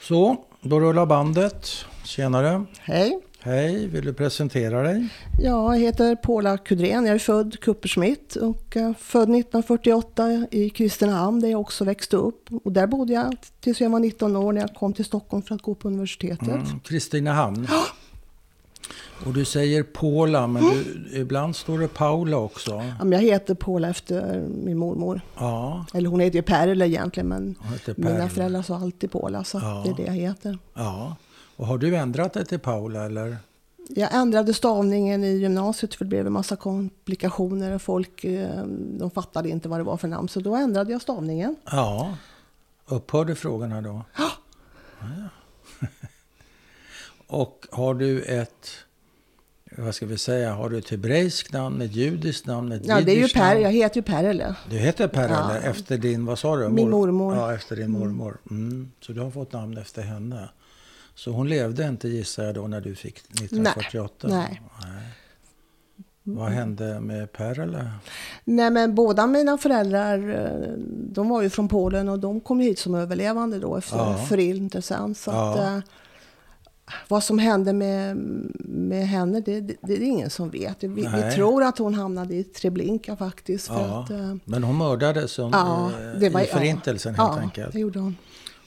Så, då rullar bandet. Tjenare. Hej. Hej, vill du presentera dig? Jag heter Paula Kudren. Jag är född Kuppersmitt och eh, född 1948 i Kristinehamn där jag också växte upp. Och där bodde jag tills jag var 19 år när jag kom till Stockholm för att gå på universitetet. Mm, Kristinehamn. Och du säger Paula, men du, ibland står det Paula också. Ja, men jag heter Paula efter min mormor. Ja, Eller hon heter ju Perle egentligen men hon heter mina Perla. föräldrar sa alltid Paula så att Ja. det är det jag heter. Ja. Och har du ändrat dig till Paula eller? Jag ändrade stavningen i gymnasiet för det blev en massa komplikationer och folk eh, de fattade inte vad det var för namn så då ändrade jag stavningen. Ja. Upphörde frågorna då? Ja. Och har du ett, vad ska vi säga, har du ett hebreiskt namn, ett judiskt namn, ett Ja, det är ju jiddischt Per, namn? jag heter ju Perle. Du heter Per Ja. eller? Efter din, vad sa du? Min Mor- mormor. Ja, efter din mormor. Mm. Så du har fått namn efter henne. Så hon levde inte gissar jag då när du fick 1948? Nej. Vad hände med Per eller? Nej men båda mina föräldrar eh, de var ju från Polen och de kom hit som överlevande då efter Ja. förintelsen. Så att, Ja. eh, vad som hände med, med henne det, det, det är ingen som vet. Vi, vi Nej. tror att hon hamnade i Treblinka faktiskt. För Ja. att, eh, Men hon mördades under, ja, det var, i Förintelsen ja, helt Ja, enkelt. det gjorde hon.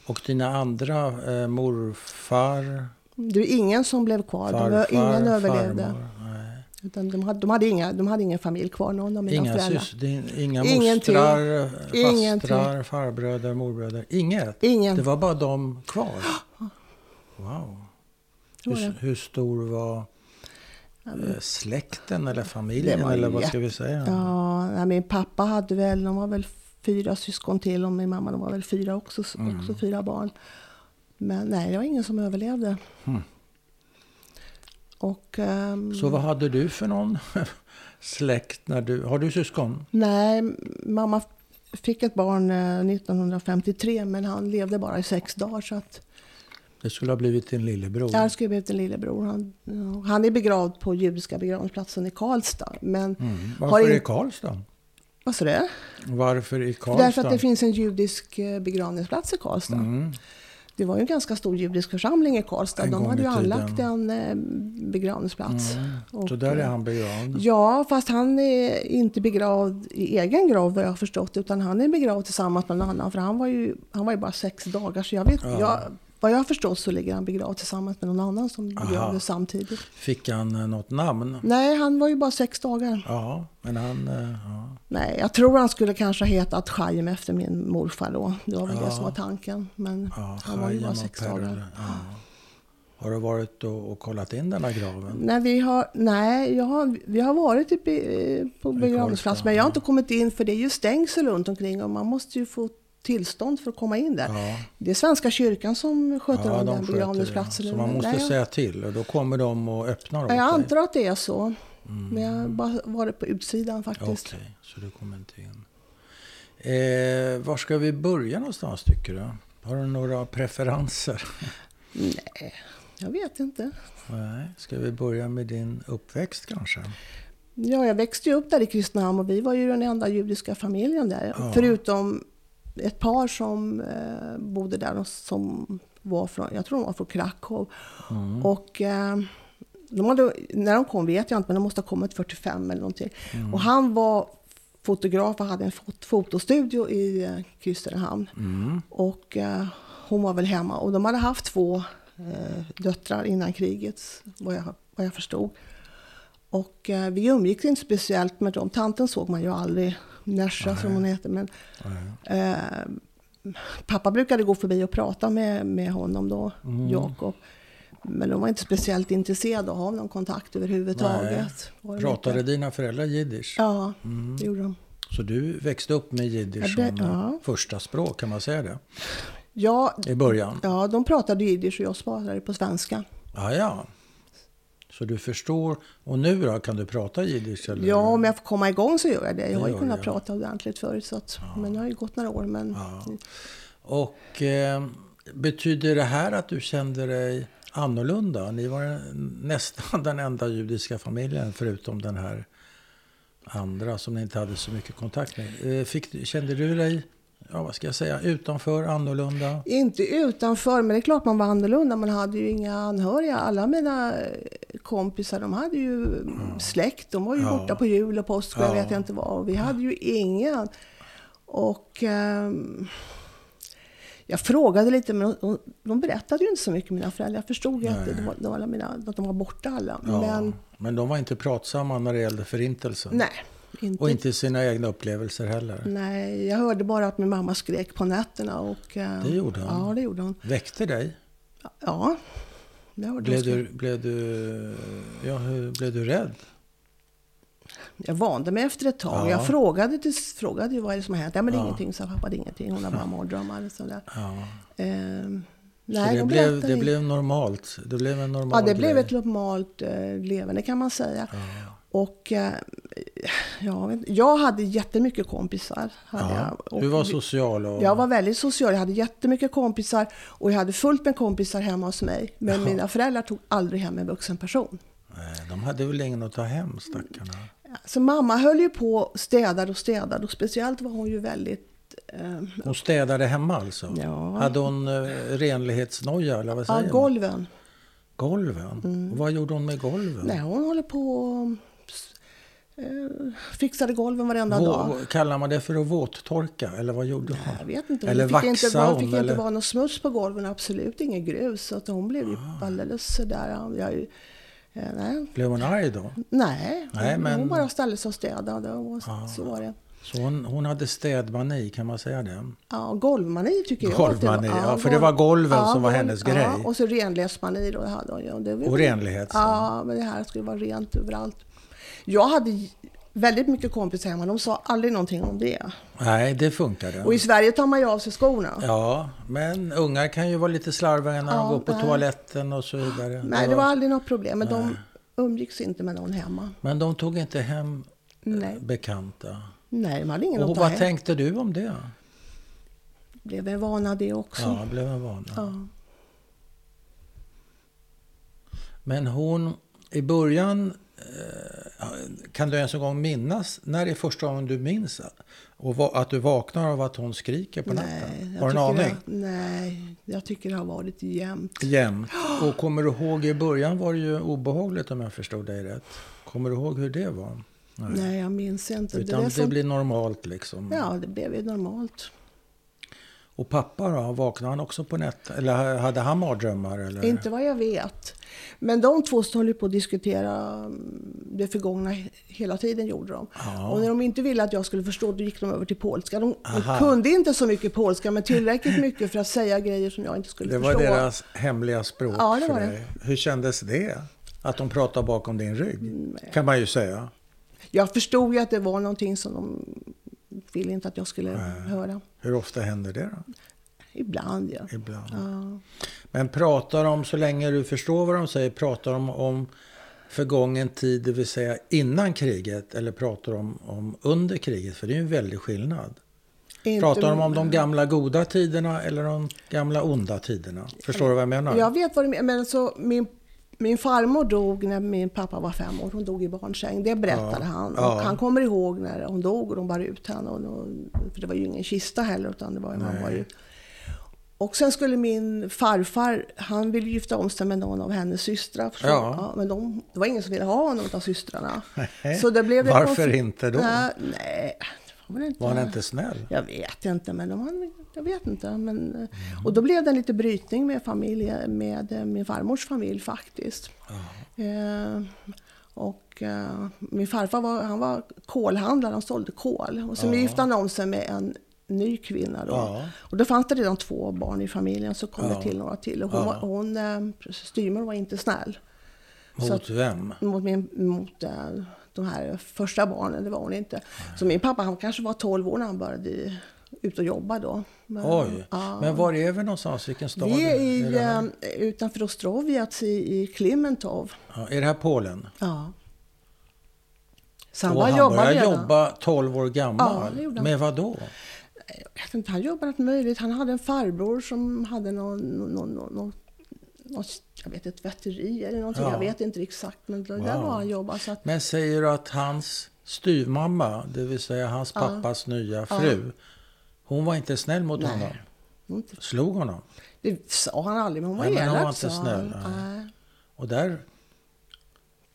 Och dina andra eh, morfar, Det var ingen som blev kvar. De var, farfar, ingen överlevde. farmor? Nej. Utan de, hade, de, hade inga, de hade ingen familj kvar, någon av mina Inga, föräldrar. sys, din- inga Ingenting. mostrar, eh, Ingenting. fastrar, farbröder, morbröder? Inget? Ingen. Det var bara de kvar? Wow. Det var Hur, det. hur stor var eh, släkten eller familjen det var eller vad jätte- ska vi säga? Ja, nej, min pappa hade väl, de var väl fyra syskon till och min mamma de var väl fyra också, s- Mm. också fyra barn. Men nej, det var ingen som överlevde. Och ehm, Mm. Så vad hade du för någon släkt när du... Har du syskon? nej, mamma f- fick ett barn eh, 1953 men han levde bara i sex dagar så att Det skulle ha blivit din lillebror. jag skulle behövt en lillebror. Han, ja, han är begravd på judiska begravningsplatsen i Karlstad. Men Mm. har Varför in- i Karlstad? vad sa du? Varför i Karlstad? Därför att det finns en judisk eh, begravningsplats i Karlstad. Mm. Det var ju en ganska stor judisk församling i Karlstad. En De gång hade i ju tiden. Mm. anlagt en eh, begravningsplats. Och, Så där är eh, han begravd? Ja, fast han är inte begravd i egen grav vad jag har förstått. Utan han är begravd tillsammans med någon annan. För han var ju, han var ju bara sex dagar. Så jag vet, Ja. jag, vad jag har förstått så ligger han begravd tillsammans med någon annan som Aha. begravdes samtidigt. Fick han eh, något namn? Nej, han var ju bara sex dagar. Ja, men han... eh, Ja. Nej, jag tror han skulle kanske ha hetat Chaim efter min morfar då. Det var väl Ja. det som var tanken. Men Ja, han var ju bara Chaim och sex Per, dagar. eller- Ja. Har du varit och, och kollat in den här graven? Nej, vi har, nej jag har, vi har varit i, be- på begravningsplats, Karlstad, men jag har inte kommit in för det är ju stängsel runt omkring och man måste ju få tillstånd för att komma in där. Ja. Det är Svenska kyrkan som sköter om den sköter begravningsplatsen. det. Så man Men måste nej, säga till och då kommer de och öppnar åt jag, jag dig. Mm. antar att det är så. Men jag har bara varit på utsidan faktiskt. Okej, så du kommer inte in. Eh, var ska vi börja någonstans tycker du? Har du några preferenser? Jag vet inte. Nej. Ska vi börja med din uppväxt kanske? Ja, jag växte ju upp där i Kristinehamn och vi var ju den enda judiska familjen där. Ja. Förutom ett par som eh, bodde där och som var från, jag tror de var från Krakow. Mm. Och eh, de hade, när de kom vet jag inte, men de måste ha kommit 45 eller någonting. Mm. Och han var fotograf och hade en fot- fotostudio i eh, Kristinehamn. Mm. Och eh, hon var väl hemma. Och de hade haft två eh, döttrar innan kriget, vad jag, vad jag förstod. Och eh, vi umgicks inte speciellt med dem. Tanten såg man ju aldrig, Nersa som hon heter. Men, eh, pappa brukade gå förbi och prata med, med honom då, Mm. Jakob. Men de var inte speciellt intresserade av att ha någon kontakt överhuvudtaget. Var de Pratade Mm. inte. dina föräldrar jiddisch? Ja, det gjorde de. Så du växte upp med jiddisch Ja, det- som ja. första språk, kan man säga det? Ja, I början? ja, de pratade jiddisch och jag svarade på svenska. Ja, ja. Så du förstår. Och nu då, kan du prata jiddisch? Eller? Ja, om jag får komma igång så gör jag det. Jag har ju gör kunnat det, ja. prata ordentligt förut, så att, men det har ju gått några år. Men, Ja. Och eh, betyder det här att du kände dig annorlunda? Ni var nästan den enda judiska familjen förutom den här andra som ni inte hade så mycket kontakt med. Eh, Fick, kände du dig ja, vad ska jag säga, utanför, annorlunda? Inte utanför, men det är klart man var annorlunda. Man hade ju inga anhöriga. Alla mina eh, kompisar, de hade ju släkt. De var ju Ja. borta på jul och påsk och jag Ja. vet inte vad. Och vi hade ju ingen. Och ehm, jag frågade lite, men de, de berättade ju inte så mycket, mina föräldrar. Jag förstod ju att Nej. de, var- de, alla mina, att de var borta alla. Ja. Men Men de var inte pratsamma när det gällde förintelsen? nej, inte, Och inte sina egna upplevelser heller? Nej, jag hörde bara att min mamma skrek på nätterna. Och, eh, Det gjorde hon? Ja, det gjorde hon. Väckte dig? Ja, det hörde Blev jag. du, blev, du, ja, hur, blev du rädd? Jag vande mig efter ett tag. Ja. Jag frågade, till, frågade ju vad är det som har hänt. Ja, men det är Ja. ingenting, sa pappa. Det är ingenting. Hon har bara mardrömmar och sådär. Ja. Ehm, Så nej, det, blev, de berättade det inte. blev normalt? Det blev en normal Ja, det blev grej. ett normalt eh, leverne kan man säga. Ja. Och eh, jag, vet, inte. jag hade jättemycket kompisar. Hade Ja. jag. Och Du var vi- social och... Jag var väldigt social. Jag hade jättemycket kompisar och jag hade fullt med kompisar hemma hos mig. Men mina föräldrar tog aldrig hem en vuxen person. Nej, de hade väl ingen att ta hem, stackarna? Så mamma höll ju på och städade och städade och speciellt var hon ju väldigt eh, Hon städade hemma alltså? Ja. Hade hon eh, renlighetsnoja eller vad ja, säger man? golven. Golven? Och vad gjorde hon med golven? Nej, hon håller på och s- eh, fixade golven varenda dag. Vå, kallar man det för att våttorka? Eller vad gjorde hon? Jag vet inte. Hon Eller fick vaxa inte, vara, hon? fick eller? inte vara någon smuts på golven, absolut ingen grus. Så att hon blev ju Ah. alldeles sådär. Jag, är ju- eh, nej, Blev hon arg då? nej. Nej, hon, men- Ah. hon bara ställde sig och städade. Och Så var det. Så hon, hon hade städmani, kan man säga det? Ja, golvmani tycker jag. att det var. Golvmani, ja, för det var golven som var hennes grej. och så renlighetsmani då, det hade hon ju. Och, det var ju- Och renlighet, så. Ja, men det här skulle vara rent överallt. Jag hade j- väldigt mycket kompisar hemma, de sa aldrig någonting om det. Nej, det funkade. Och i Sverige tar man ju av sig skorna. Ja, men ungar kan ju vara lite slarviga när de Ja, går på nej. toaletten och så vidare. Nej, det var aldrig något problem. Men de umgicks inte med någon hemma. Men de tog inte hem eh, Nej. bekanta. Nej, de hade ingen Och att ta vad hem. tänkte du om det? Blev en vana det också. Ja, blev en vana. Ja. Men hon, i början, eh, kan du ens en gång minnas, när är första gången du minns att- och va, att du vaknar av att hon skriker på natten? Nej, jag har du en tycker aning? det- nej, jag tycker det har varit jämnt. Jämt. Och kommer du ihåg, i början var det ju obehagligt om jag förstod dig rätt. Kommer du ihåg hur det var? Nej. Nej, jag minns inte. Utan är det, som- blir normalt liksom. Ja, det blev ju normalt. Och pappa då, vaknade han också på nätterna? Eller hade han mardrömmar? Eller? Inte vad jag vet. Men de två håller ju på att diskutera mm, det förgångna he- hela tiden gjorde de. Ja. Och när de inte ville att jag skulle förstå då gick de över till polska. De, de Aha. kunde inte så mycket polska men tillräckligt mycket för att säga grejer som jag inte skulle Det var förstå. deras hemliga språk Ja, det för var det. dig. Hur kändes det? Att de pratade bakom din rygg, kan man ju säga. Jag förstod ju att det var någonting som de ville inte att jag skulle höra. Hur ofta händer det då? Ibland ja. Ibland. ja. Men pratar de, så länge du förstår vad de säger, pratar de om förgången tid, det vill säga innan kriget, eller pratar de om under kriget? För det är ju en väldig skillnad. Inte- Pratar de om de gamla goda tiderna eller de gamla onda tiderna? Förstår du vad jag menar? Jag vet vad du menar. Men så min, min farmor dog när min pappa var fem år. Hon dog i barnsäng. Det berättade Ja. han. Ja. Och han kommer ihåg när hon dog och de bar ut henne. Och, och, för det var ju ingen kista heller. Utan det var, man var ju. Och sen skulle min farfar, han ville gifta om sig med någon av hennes systrar. förstår Ja. du? men de, det var ingen som ville ha någon av systrarna. Nej. Så det blev det Varför konflikt- inte då? Nej, nej. det var väl inte- Var han inte snäll? jag vet inte, men de var, jag vet inte. Men, eh, Och då blev det en lite brytning med, familj, med eh, min farmors familj faktiskt. Eh, och eh, min farfar var, han var kolhandlare, han sålde kol. Och sen gifte han om sig med en ny kvinna då. Ja. Och då fanns det redan två barn i familjen, så kom det till några till. Och hon, Ja. var, hon eh, styrmor var inte snäll Så Mot att- vem? mot, min, mot eh, de här första barnen, det var hon inte. Så min pappa han kanske var 12 år när han började i- ut och jobba då. Men, Oj, ja. men var är vi någonstans? Vilken stad? vi är i, det här? eh, utanför Ostrowiec i, i Klimentov. Ja, är det här Polen? Ja. Så han Och började han jobba började redan. jobba 12 år gammal. Ja, det gjorde han. Med vad då? Jag vet inte, han jobbade allt möjligt. Han hade en farbror som hade någon, någon, någon, någon, någon jag vet ett vätteri eller någonting. Ja. Jag vet inte exakt, men det där Wow. var han jobbade. Så att, Men säger du att hans styvmamma, det vill säga hans pappas nya fru, Hon var inte snäll mot Nej. honom. Inte, Slog honom. det sa han aldrig, men hon var Nej, men elak. hon var inte sa snäll, han. Nej. Och där,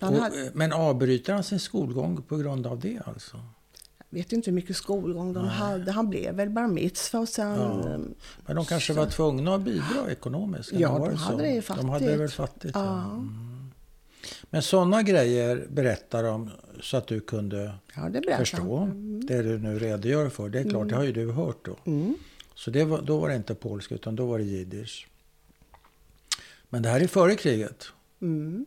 Han och, hade, eh, men avbryter han sin skolgång på grund av det alltså? jag vet inte hur mycket skolgång de hade. Han blev väl bar mitzva och sen... Ja. ehm, Men de kanske var tvungna att bidra ekonomiskt? kan Ja, det vara de så? hade det ju De hade det väl fattigt. Ja. Mm. Men sådana grejer berättar de så att du kunde Ja, det berättade förstå han. det du nu redogör för. Det är klart, det har ju Mm. du hört då. Så det var, då var det inte polska utan då var det jiddisch. Men det här är före kriget. Mm.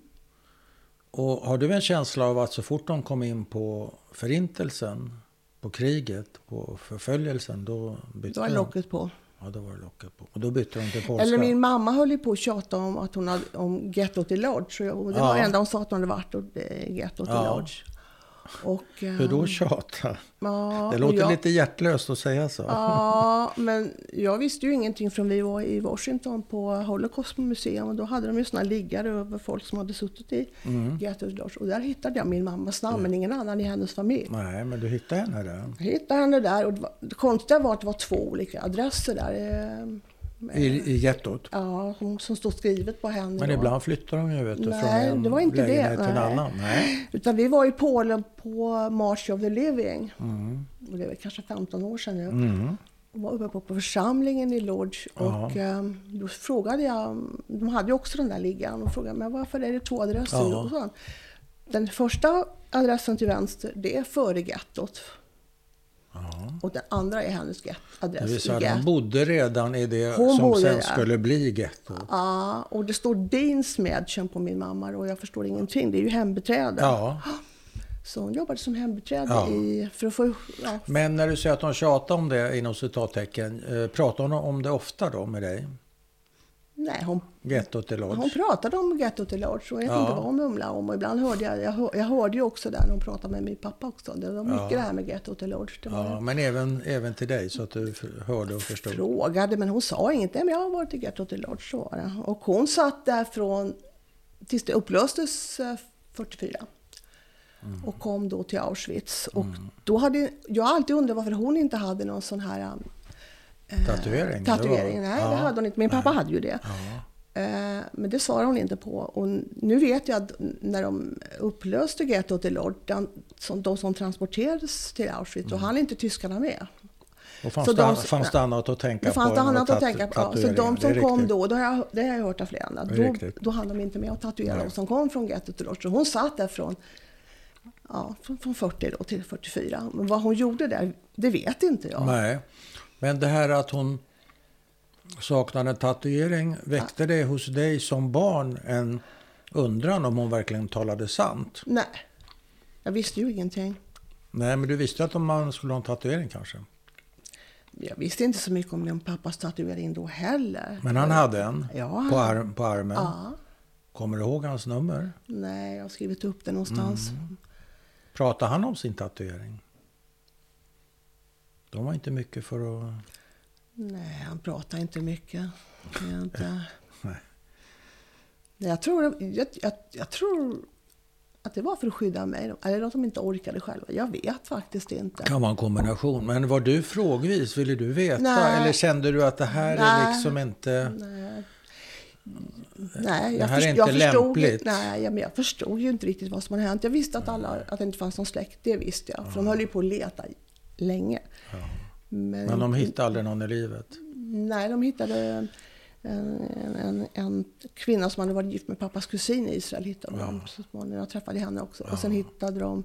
Och har du en känsla av att så fort de kom in på förintelsen, på kriget, på förföljelsen, då bytte Då var de? locket på. Ja, då var det locket på. Och då bytte de till polska. Eller min mamma höll ju på att tjata om att hon hade, om gettot i Lodge. Så jag, och det var Ja. det enda hon sa att hon hade varit och eh, gettot Ja. i Lodge. Och, eh, Hur då tjata? Ja, Det och låter jag, lite hjärtlöst att säga så. Ja, men jag visste ju ingenting från vi var i Washington på Holocaust museum och då hade de ju såna liggare över folk som hade suttit i Mm. gettot i Lodge. Och där hittade jag min mammas namn, men ingen annan i hennes familj. Nej, men du hittade henne där. Jag hittade henne där och det, var, det konstiga var att det var två olika adresser där. eh, I, i gettot. Ja, som, som stod skrivet på henne. Men då. ibland flyttar de ju vet du, från Nej, en det var inte det. lägenhet till en nej. annan. Nej. Utan vi var i Polen på March of the Living. Mm. Och det var kanske 15 år sedan nu. Och var uppe på, på församlingen i Lodge. Och ehm, då frågade jag, de hade ju också den där liggan, och frågade men varför är det två adresser? Ja. Och så sa han, den första adressen till vänster, det är före gettot. Och den andra är hennes get- Det vill adress i säga, de gettot. bodde redan i det Hon som bodde sen där. skulle bli gettot. Ja, och det står Deans Madchen på min mamma och jag förstår ingenting. Det är ju hembiträde. Ja. Så hon jobbade som hembiträde Ja. i, för att få ja, Men när du säger att de tjatar om det inom citattecken, eh, pratar hon om det ofta då med dig? Nej, hon, Gettot i Lodz? hon pratade om gettot i Lodz. och Jag vet Ja. inte vad hon mumlade om. Och ibland hörde jag, jag, hör, jag hörde ju också där när hon pratade med min pappa också. Det var mycket det här med gettot i Lodz. Det var Ja, men även, även till dig så att du f- hörde och jag förstod. frågade, men hon sa inget. Nej, men jag har varit i gettot i Lodz, så var det. Och hon satt där från tills det upplöstes eh, 44. Mm. Och kom då till Auschwitz. Och då hade, jag har alltid undrat varför hon inte hade någon sån här um, eh, Tatuering? det var- Tatuering, nej ja. det hade hon inte. Min pappa hade ju det. Eh, Men det svarade hon inte på. Och nu vet jag att när de upplöste gettot i Lodz, den- som- de som transporterades till Auschwitz, Mm. då hann inte tyskarna med. Och fanns, Så det, de- fanns det annat att tänka Det fanns på? det än annat att tatu- tänka på. Så tatueringar? de Det som är kom riktigt. då, då har jag, det har jag hört av flera andra, är då, riktigt. då hann de inte med att tatuera Nej. de som kom från gettot i Lodz. Så hon satt där från, ja, från, från 40 då till 44. Men vad hon gjorde där, det vet inte jag. Nej, men det här att hon saknade en tatuering, väckte det hos dig som barn en undran om hon verkligen talade sant? nej. Jag visste ju ingenting. Nej, men du visste att om man skulle ha en tatuering kanske? Jag visste inte så mycket om min pappas tatuering då heller. Men han hade en Ja, på, han- arm, på armen. Ja. Kommer du ihåg hans nummer? Nej, jag har skrivit upp det någonstans. Mm. Pratade han om sin tatuering? De var inte mycket för att... Nej, han pratar inte mycket. Det är Inte. Nej. Nej, jag, tror, jag, jag, jag tror att det var för att skydda mig. Eller att de inte orkade själva. Jag vet faktiskt inte. kan vara en kombination. Men var du frågvis? Ville du veta? Nej. Eller kände du att det här är Nej. liksom inte... Nej. Nej, jag, här är först, inte jag, förstod, lämpligt. nej, ja, men jag förstod ju inte riktigt vad som hade hänt. Jag visste att, alla, att det inte fanns någon släkt, det visste jag. För de höll ju på att leta länge. Men de hittade aldrig någon i livet? Nej, de hittade en, en, en, en kvinna som hade varit gift med pappas kusin i Israel. Hittade de så småningom. Jag träffade henne också. Och sen hittade de,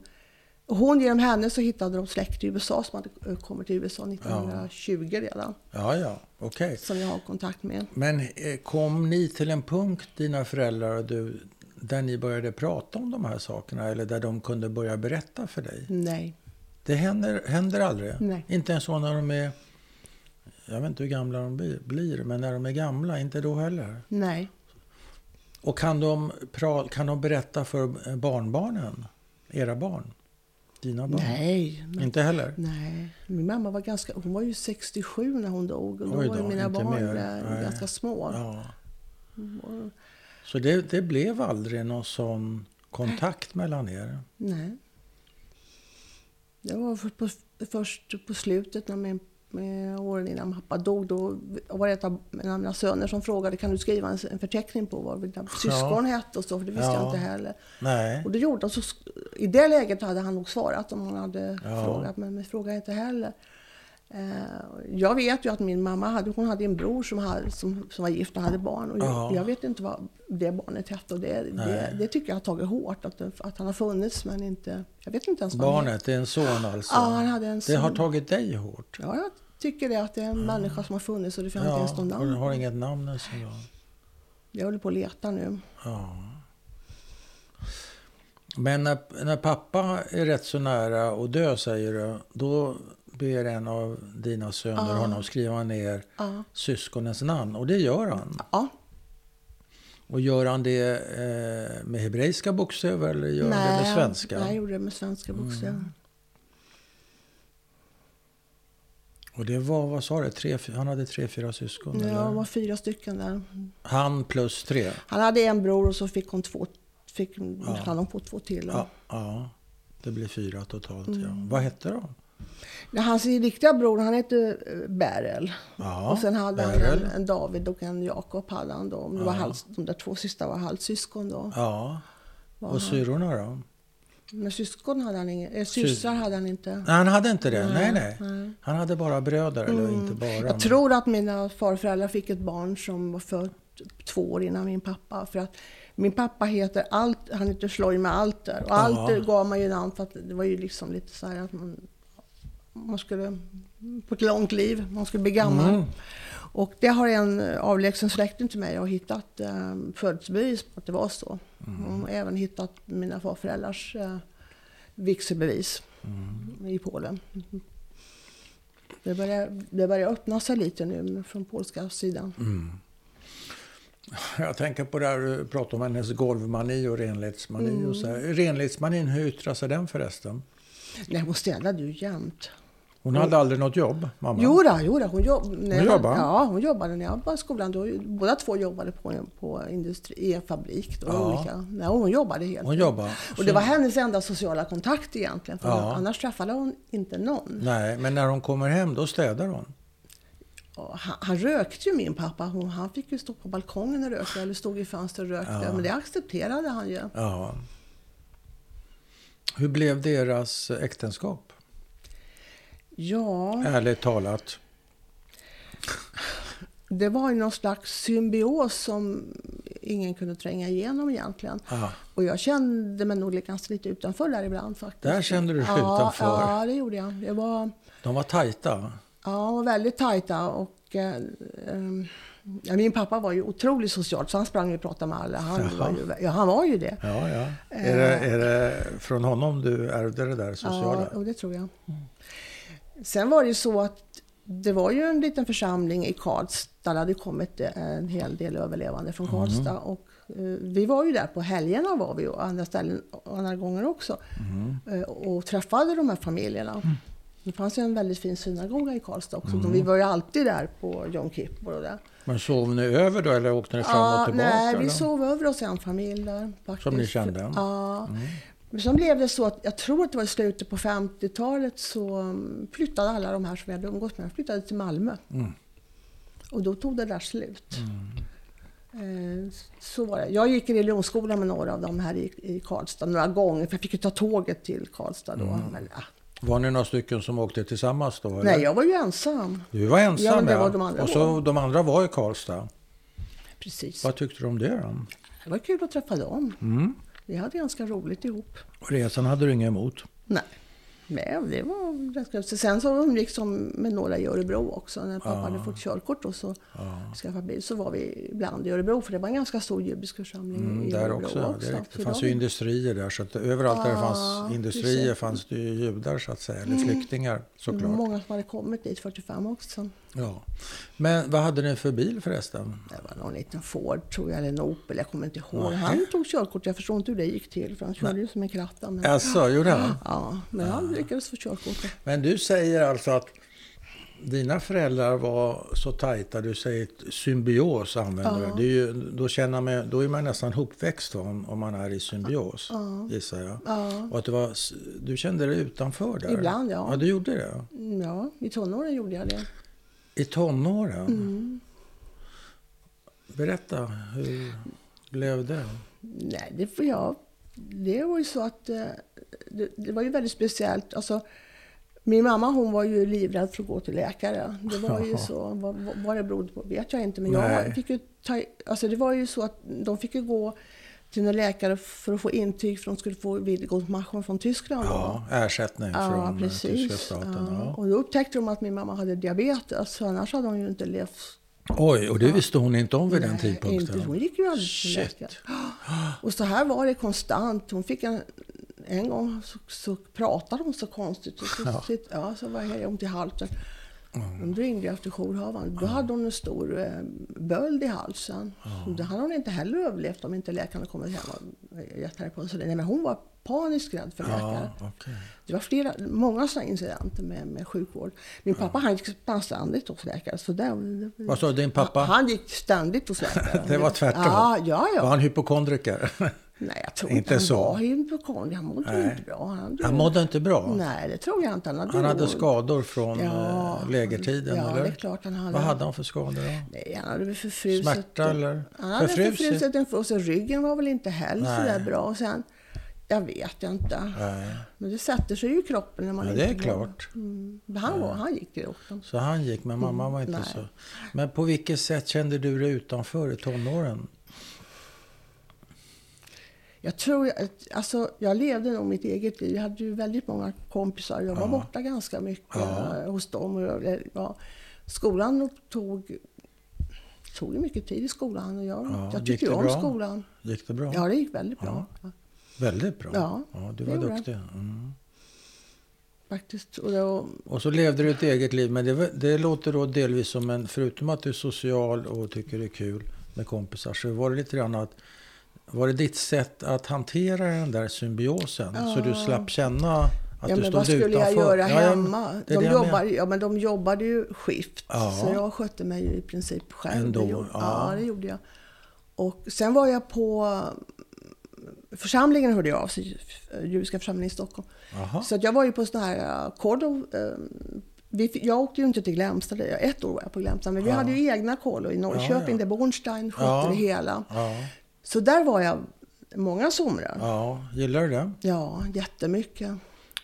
och hon genom henne så hittade de släkt i USA som hade eh, kommit till USA 1920 redan. Ja, ja, okej. Som jag har kontakt med. Men eh, kom ni till en punkt, dina föräldrar och du, där ni började prata om de här sakerna eller där de kunde börja berätta för dig? Nej. Det händer, händer aldrig? Nej. Inte ens så när de är... Jag vet inte hur gamla de blir- blir, men när de är gamla, inte då heller. Nej. Och kan de, pra, kan de berätta för eh, barnbarnen? Era barn? Dina barn? Nej. men- Inte heller? Nej. Min mamma var ganska, hon var ju 67 när hon dog. Och då Oj var då, ju mina inte barn mer. eh, Nej. ganska små. Ja. Så det, det blev aldrig någon sån kontakt mellan er? Nej. Det var för på, först på slutet när min med åren innan pappa dog, då var det ett av mina mina söner som frågade kan du skriva en, en förteckning på vad mina syskon hette och så, för det visste jag Ja. inte heller. Nej. Och det gjorde han. Så, sk- I det läget hade han nog svarat om han hade Ja. frågat, men men fråga inte heller. Eh, Jag vet ju att min mamma hade, hon hade en bror som, hade, som, som var gift och hade barn. Och Ja. jag, jag vet inte vad det barnet hette. Och det, Nej. det, det tycker jag har tagit hårt, att, det- att han har funnits men inte... Jag vet inte ens vad han Barnet, det är en son alltså. Ja, han hade en Det har son. tagit dig hårt. Ja, jag tycker det att det är en människa som har funnits och det finns inte ens någon och du namn. har inget namn ens en gång. Jag håller på att leta nu. Ja. Men när, när pappa är rätt så nära att dö, säger du, då ber en av dina söner Ja. honom skriva ner Ja. syskonens namn. Och det gör han. ja. Och gör han det eh, med hebreiska bokstäver eller gör han det med svenska? Mm. Nej, jag gjorde det med svenska bokstäver. Och det var, vad sa du, tre, fy- han hade tre, fyra syskon? Ja, det eller? var fyra stycken där. Han plus tre? Han hade en bror och så fick hon två, fick Ja. han hon på två till. Ja. ja. Det blir fyra totalt, ja. Mm. Vad hette de? Ja. Hans riktiga bror, han hette eh, Beryl. Ja, och sen hade han Beryl. en, en David och en Jakob hade han då. Om det var halvs, de där två sista var halvsyskon då. Ja. Var Och han. syrrorna då? Men syskon hade han inga, eh, systrar hade han inte. Nej, han hade inte det. Nej, nej. nej. Mm. Han hade bara bröder, eller inte bara. men- Jag tror att mina farföräldrar fick ett barn som var fött två år innan min pappa. För att min pappa heter Alt, han heter Schloime Alter. Och Alter Ja. gav man ju namn för att det var ju liksom lite så här att man, man skulle på ett långt liv, man skulle bli gammal. Mm. Och det har en avlägsen släkting till mig och hittat eh, födelsebevis på att det var så. Hon har även hittat mina farföräldrars eh, vigselbevis i Polen. Det börjar, det börjar öppna sig lite nu från polska sidan. Jag tänker på det här du pratade om, hennes golvmani och renlighetsmani. Och så här. Mm. Renlighetsmanin, hur yttrar sig den förresten? Nej, hon städade ju jämt. Hon hade aldrig något jobb, mamma? Jodå, jodå, hon, jobb, när Hon jag- jobbar? Ja, hon jobbade när jag var i skolan. Då, båda två jobbade på, en- på industri, i en fabrik. Då, Ja. olika, nej, hon jobbade helt Hon jobbade. Och det var hennes enda sociala kontakt egentligen, för Ja. annars träffade hon inte någon. Nej, men när hon kommer hem, då städar hon. Och han, han rökte ju min pappa, hon, han fick ju stå på balkongen och röka, eller stod i fönstret och rökte, Ja. men det accepterade han ju. Ja. Hur blev deras äktenskap? Ja, Ärligt talat. det var ju någon slags symbios som ingen kunde tränga igenom egentligen. Ja. Och jag kände mig nog ganska lite utanför där ibland faktiskt. Där kände du dig ja, utanför? Ja, det gjorde jag. Jag var... De var tajta. Ja, de var väldigt tajta och eh, ehm, ja, min pappa var ju otroligt social så han sprang ju och pratade med alla. Han, var ju, ja, han var ju det. Ja, ja. Är det, är det från honom du ärvde det där sociala? Ja, och det tror jag. Sen var det ju så att det var ju en liten församling i Karlstad. Det hade kommit eh, en hel del överlevande Mm. från Karlstad. Och, eh, vi var ju där på helgerna var vi och andra ställen och andra gånger också. Mhm. Eh, och träffade de här familjerna. Det fanns ju en väldigt fin synagoga i Karlstad också. så Vi var ju alltid där på Jom Kippur och där. Men sov ni över då eller åkte ni fram och tillbaka? Nej, vi eller? sov över hos en familj där. Faktiskt. Som ni kände? Mm. Ja. Men sen blev det så att, jag tror att det var i slutet på 50-talet, så mm, flyttade alla de här som vi hade umgåtts med, flyttade till Malmö. Mm. Och då tog det där slut. Eh, Så var det. Jag gick i religionsskolan med några av dem här i, i Karlstad några gånger, för jag fick ju ta tåget till Karlstad då. Mm. Men, ah, Var ni några stycken som åkte tillsammans då? Eller? nej, jag var ju ensam. Du var ensam Ja, men det var de andra Och så var. de andra var i Karlstad. Precis. Vad tyckte du om det då? Det var kul att träffa dem. Mm. Vi hade ganska roligt ihop. Och resan hade du inget emot? Nej. Nej, och det var ganska... så Sen så umgicks de med några i Örebro också. När pappa hade fått körkort och så skaffade bil så var vi ibland i Örebro. För det var en ganska stor judisk församling Mm, i Mm, Där Örebro också, också. det är riktigt. Så Det fanns de- ju industrier där. Så att överallt där det fanns Ja, industrier precis. Mm. fanns det ju judar så att säga. Eller flyktingar såklart. Många som hade kommit dit, 45 också. Ja. Men vad hade ni för bil förresten? Det var någon liten Ford tror jag, eller en Opel, jag kommer inte ihåg. Nej. Han tog körkort, jag förstår inte hur det gick till för han körde ju som en kratta. Men, Alltså, Ah. Jaså, gjorde han? Ah. ja, men han lyckades få körkortet. Men du säger alltså att dina föräldrar var så tajta, du säger symbios använder du. Ja. Det är ju, då, känner man, då är man nästan uppväxt om, om man är i symbios, Ja. gissar jag. Ja. Och att det var, s- du kände dig utanför där? Ah. Ibland, ja. Ja, du gjorde det? Mm, ja, i tonåren gjorde jag det. I tonåren? Mm. Berätta, hur blev det? Nej, det får jag. Det var ju så att eh, det, det var ju väldigt speciellt. Alltså, min mamma hon var ju livrädd för att gå till läkare. Det var ju Ja. så. Vad, vad det berodde på vet jag inte. Men Nej. jag fick ju ta, alltså det var ju så att de fick ju gå till en läkare för att få intyg för de skulle få vidgångsmaschen från Tyskland. då. Ja, ersättning från eh, tyska staten. Ja. Ja. Och då upptäckte de att min mamma hade diabetes. Så annars hade hon ju inte levt Oj, och det visste hon inte om vid den Nej, tidpunkten? Inte. Hon gick ju aldrig till Shit. läkaren. Och så här var det konstant. Hon fick en, en gång så, så pratade hon så konstigt. Och så, Ja. ja. Ja, så var jag ont i halsen. Mm. Då ringde jag efter jourhavande. Då hade hon en stor eh, böld i halsen. Det hade hon inte heller överlevt om inte läkaren kommit hem och eh, gett henne på. Så det, nej, men hon var paniskt rädd för läkare. Ja, okej. Det var flera, många sådana incidenter med, med sjukvård. Min pappa han gick ständigt hos läkare. Så där, Vad sa din pappa? Han, han gick ständigt hos läkare. Det var tvärtom. Ja, ja, Var ja. han hypokondriker? Nej, jag tror Inte inte, han så. var hypokondriker. Han mådde Nej. inte bra. Han, Han mådde inte bra? Nej, det tror jag inte. Han hade, Han hade nog- skador från Ja. eh, lägertiden, Ja, eller? det är klart han hade. Vad hade han för skador då? Nej, han hade väl förfrusit. Smärta eller? Han hade Förfrusit? förfrusit, förfrusit en och sen ryggen var väl inte heller Nej. sådär bra. Och sen, jag vet inte. Nej. Men det sätter sig ju i kroppen när man Ja, inte det är mår. klart. Mm. Han, var, han gick till doktorn. Så han gick, men mamma var inte nej. så. Men på vilket sätt kände du dig utanför i tonåren? Jag tror jag, alltså, jag levde nog mitt eget liv. Jag hade ju väldigt många kompisar. Jag var Ja. borta ganska mycket Ja. eh, hos dem. Och jag, eller, ja. Skolan tog, tog ju mycket tid i skolan. Och jag, Ja, jag gick tyckte ju det om bra? skolan. Gick det bra? Ja, det gick väldigt bra. Väldigt bra. Ja, du det var gjorde jag. duktig. Mm. Faktiskt. Och då, Och så levde du ett eget liv. Men det, var- det låter då delvis som en, förutom att du är social och tycker det är kul med kompisar, så var det lite grann att var det ditt sätt att hantera den där symbiosen? Så du slapp känna att ja, du men stod vad skulle utanför? jag göra Ja, ja, hemma? det är det De, jag menar. jobbade, ja, men de jobbade ju skift, Ja. så jag skötte mig ju i princip själv. Ändå, det gjorde, ja. ja. det gjorde jag. Och sen var jag på... Församlingen hörde jag av sig, judiska församlingen i Stockholm. Jaha. Så att jag var ju på sån här eh, kollo. eh, Vi, fick- jag åkte ju inte till Glämsta, det- ett år var jag på Glämsta, men vi Ja. hade ju egna kollo i Norrköping ja. där Bornstein skötte Ja. det hela. Ja, Så där var jag många somrar. Ja, ja, gillar du det? ja jättemycket.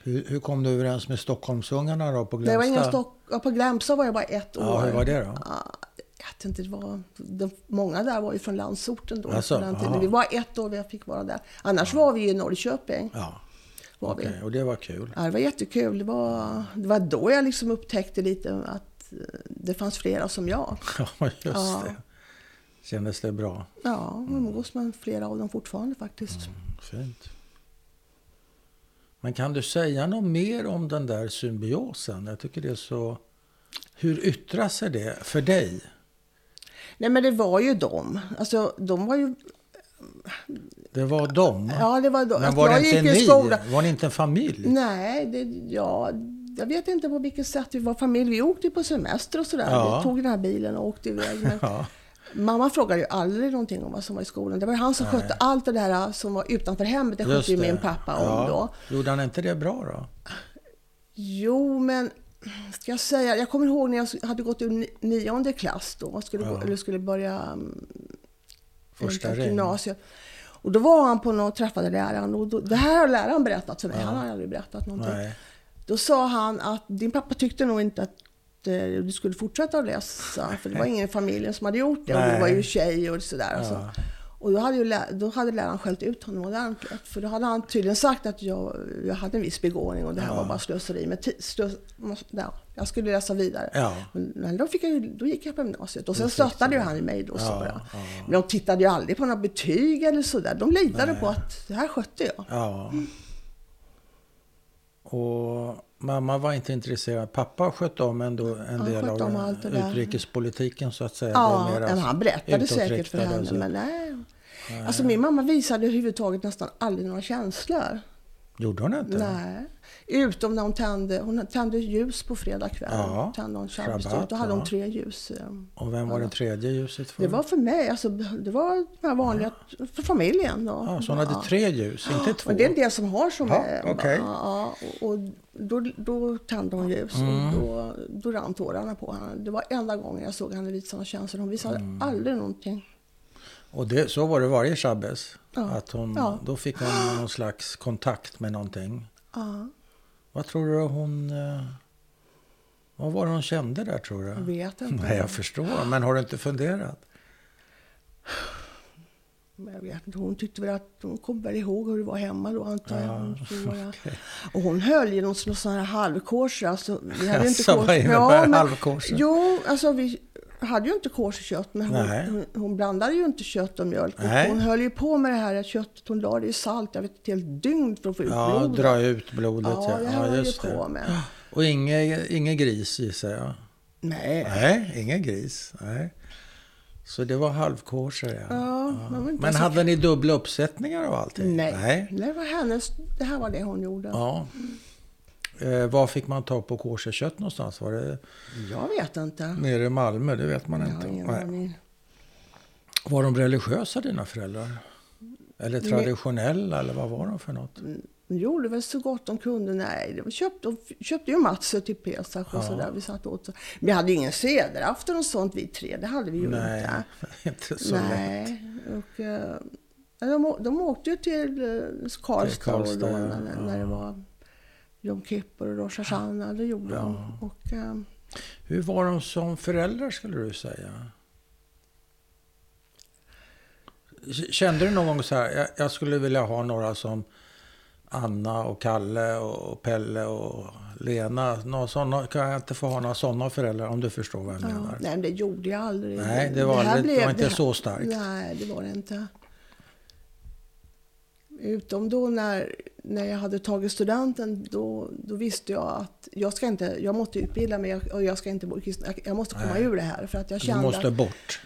Hur, hur kom du överens med Stockholmsungarna då på Glänsta? Det var inga Stock... ja, på Glämsta var jag bara ett Ja, år. hur var det då? Ja, jag vet inte, det var... de, många där var ju från landsorten då. Alltså, på den tiden. aha. Vi var ett år vi fick vara där. Annars var vi i Norrköping. Ja, Var okej, vi. och det var kul. Ja, det var jättekul. Det var, det var då jag liksom upptäckte lite att eh, det fanns flera som jag. Ja, just Ja. det. Kändes det bra? Ja, jag Mm. umgås med flera av dem fortfarande faktiskt. Fint. Men kan du säga något mer om den där symbiosen? Jag tycker det är så... Hur yttrar sig det för dig? Nej, men det var ju dem. Alltså, de var ju... Det var dem. Ja, det var de. Men Att var jag det inte gick i ni? skolan- Var ni inte en familj? Nej, det, ja, jag vet inte på vilket sätt vi var familj. Vi åkte på semester och sådär. Ja. Vi tog den här bilen och åkte iväg. Men Ja. Mamma frågade ju aldrig någonting om vad som var i skolan. Det var ju han som Nej. skötte allt det där som var utanför hemmet. Det Just skötte ju det. min pappa om då. Gjorde han inte det bra då? Jo, men ska jag säga, jag kommer ihåg när jag hade gått ur ni- nionde klass då, och skulle, Ja. gå, eller skulle börja mm, Första eh, ring. gymnasiet. Och då var han på något, träffade läraren och då, det här har läraren berättat för mig, han har aldrig berättat någonting. Nej. Då sa han att din pappa tyckte nog inte att eh, du skulle fortsätta att läsa, för det var ingen i familjen som hade gjort det. Och Nej. du var ju tjej och sådär. Alltså. Ja. Och då hade, ju lä- då hade läraren skällt ut honom ordentligt. För då hade han tydligen sagt att jag, jag hade en viss begåvning och det här Ja. var bara slöseri med tid. Slös- måste- ja, jag skulle läsa vidare. Ja. Men- Men då, fick jag ju, då gick jag på gymnasiet och sen fick du stöttade ju det. han ju mig då. Så Ja, bra. ja. Men de tittade ju aldrig på några betyg eller sådär. De litade på att det här skötte jag. Ja. Och mamma var inte intresserad. Pappa sköt om ändå en Han del sköt av om den allt det där. utrikespolitiken så att säga. Ja, Det är mer men han berättade säkert för utåtriktade, henne. alltså. Men nej. Alltså min mamma visade överhuvudtaget nästan aldrig några känslor. Gjorde hon inte? Nej. Utom när hon tände, hon tände ljus på fredag kväll. Ja, Tände hon Shabbos Shabbat, ut. Då hade ja. Mm. hon tre ljus. eh. Och vem var det tredje ljuset för? Det var för mig, alltså, det var de här vanliga, för familjen. Då. Ja, så hon hade tre ljus, inte två? Och det är en del som har som Ja, är... okej. Ja, ja, och, och då, då tände hon ljus Mm. och då, då rann tårarna på henne. Det var enda gången jag såg henne visa sådana känslor. Hon visade Mm. aldrig någonting. Och det, så var det varje shabbes? Ja. Att hon, Ja. Då fick hon någon slags kontakt med någonting? Ja, Vad tror du hon... eh, Vad var det hon kände där tror du? jag vet inte. Nej, jag förstår. Men har du inte funderat? Men jag vet inte, hon tyckte väl att hon kom väl ihåg hur det var hemma då antar jag. Ja, Hon tror jag. Ah, okej. Och hon höll ju någon sån sån här halvkors. Alltså, vi hade ju inte Jaså, vad kors- innebär men- halvkorset? Jo, alltså vi hade ju inte kors och kött. Men hon, Nej. hon, hon blandade ju inte kött och mjölk. Och Nej. Hon höll ju på med det här köttet. Hon la det i salt, jag vet inte, ett helt dygn för att få ut Ja, blodet. dra ut blodet. Ja, det höll ju på med. Och ingen, ingen gris gissar jag? Nej. Nej, ingen gris. Nej. Så det var halvkorser, ja. Ja, men inte Men så- hade ni dubbla uppsättningar av allting? Nej. Det var hennes, det här var det hon gjorde. Ja. Eh, var fick man ta på koscherkött någonstans? Var det Jag vet inte. nere i Malmö? Det vet man Jag har inte. ingen Nej. aning. Var de religiösa dina föräldrar? Eller Nej. Mm, traditionella, eller vad var de för något? De gjorde väl så gott de kunde. Nej, de köpte, de köpte ju matser till Pesach och Ja. sådär. Vi satt åt. Vi hade ingen sederafton och sånt vi tre. Det hade vi ju Nej, inte. inte så lätt. Nej. Och, eh, de, å- de åkte ju till eh, Till Karlstad, Karlstad, då, ja. när, när det var Jom Kippur och Rosh Hashanah. Det gjorde de. Och, eh, Hur var de som föräldrar skulle du säga? K- Kände du någon gång så här, jag, jag skulle vilja ha några som Anna och Kalle och Pelle och Lena. Några såna, kan jag inte få ha några sådana föräldrar om du förstår vad jag ja, menar? nej, men det gjorde jag aldrig. Nej, det var aldrig- det var inte här- så starkt. Nej, det var det inte. Utom då när, när jag hade tagit studenten, då, då visste jag att jag, ska inte, jag måste utbilda mig jag- och jag, ska inte bo i kristna, jag- jag måste komma Nej. ur det här. För att jag Du kände måste att bort.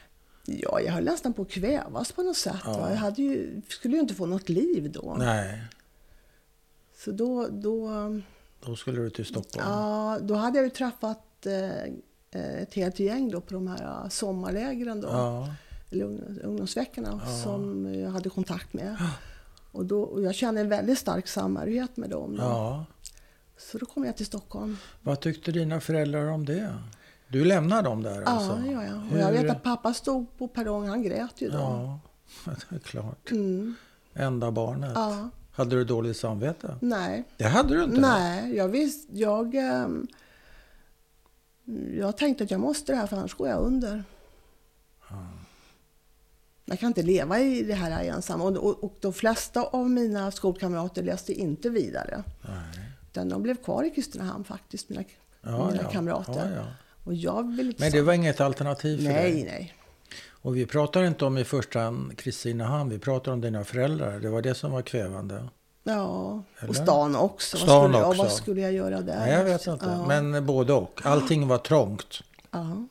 ja, jag höll nästan på att kvävas på något sätt. Ja. Va? Jag hade ju, skulle ju inte få något liv då. Nej, Så då, då då skulle du till Stockholm. Ja, då hade jag ju träffat eh, eh, ett helt gäng då på de här äh, sommarlägren då, Ja. eller ung- ungdomsveckorna, Ja. som jag hade kontakt med. Och, då, och jag kände en väldigt stark samhörighet med dem. då. ja. Så då kom jag till Stockholm. Vad tyckte dina föräldrar om det? Du lämnar dem där alltså? Ja, det gör jag. Och jag Hur- vet att pappa stod på perrongen, han grät ju då. Ja, det är klart. Mm. Enda barnet. Ja. Hade du dåligt samvete? Nej. Det hade du inte? Nej, jag visst, jag, ehm, jag tänkte att jag måste det här för annars går jag under. Jag kan inte leva i det här ensam. Och, och, och de flesta av mina skolkamrater läste inte vidare. Nej. Utan de blev kvar i Kristinehamn faktiskt, mina, Ja, mina ja. kamrater. Ja, ja. Och jag ville inte... Men det var inget alternativ för nej, dig? nej. Och vi pratar inte om i första hand Kristinehamn, vi pratar om dina föräldrar. Det var det som var kvävande. Ja, Eller? och stan också. Stan vad, skulle, ja, också. vad skulle jag göra där? Nej, jag vet inte. Ja, Men både och. Allting var trångt. ja.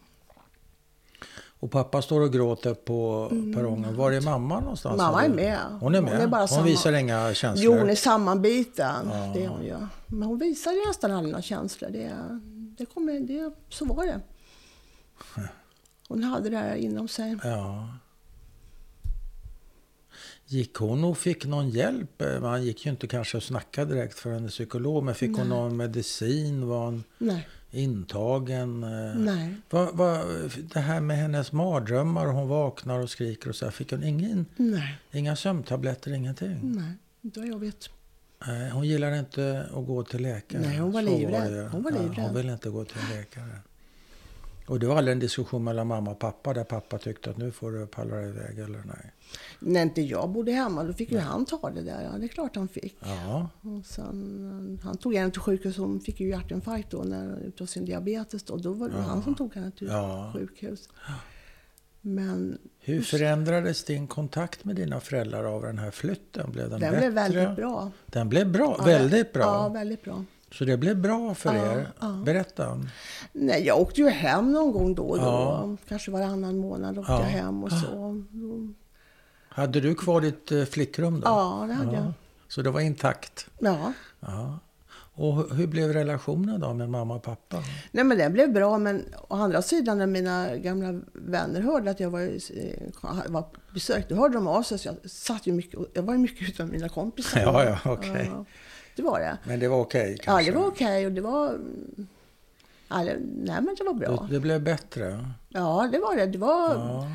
Och pappa står och gråter på perrongen. Var är mamma någonstans? Mm. Mamma är Eller? med. Hon är med? Hon, är bara samma- visar inga känslor? Jo, hon är sammanbiten. Alltså, Ja. Det är hon ju. Men hon visar ju nästan aldrig några känslor. Det, det kommer, det, så var det. Hon hade det här inom sig. Ja. Gick hon och fick någon hjälp? Eh, Man gick ju inte kanske och snackade direkt för en psykolog. Men fick hon någon medicin? Var hon Nej. intagen? Eh, Nej. Vad, vad, det här med hennes mardrömmar och hon vaknar och skriker och så här. Fick hon ingen, Nej. inga sömntabletter, ingenting? Nej. Det var jobbigt. Nej, hon gillar inte att gå till läkare. Nej, hon var Så livrädd. det. Hon var Ja, hon livrädd. ville inte gå till en läkare. Och det var aldrig en diskussion mellan mamma och pappa där pappa tyckte att nu får du pallra dig iväg eller nej. När inte jag bodde hemma, då fick ju han ta det där. Ja, det är klart han fick. Ja, Och sen, eh, han tog henne till sjukhus. Hon fick ju hjärtinfarkt då när, utav sin diabetes. Då, då var det han som tog henne till Ja. sjukhus. Men Hur förändrades din kontakt med dina föräldrar av den här flytten? Blev den, den bättre? blev väldigt bra. Den blev bra, Ja, väldigt bra. Ja, väldigt bra. Så det blev bra för Ja, er? ja. Berätta. Nej, jag åkte ju hem någon gång då och då. Ja. Kanske varannan månad åkte Ja. jag hem och så. Då- Hade du kvar ditt eh, flickrum då? Ja, det hade jag. Så det var intakt. Ja. Ja. Och hu- hur blev relationen då med mamma och pappa? Nej men det blev bra men å andra sidan när mina gamla vänner hörde att jag var, eh, var på besök, då hörde de av sig. Så jag, satt ju mycket, jag var ju mycket ute med mina kompisar. Ja, ja, okej. det var det. Men det var okej Ja, kanske? det var okej och det var... mm, Ja, det, nej men det var bra. Det, det blev bättre? Ja, det var det. Det var, Ja.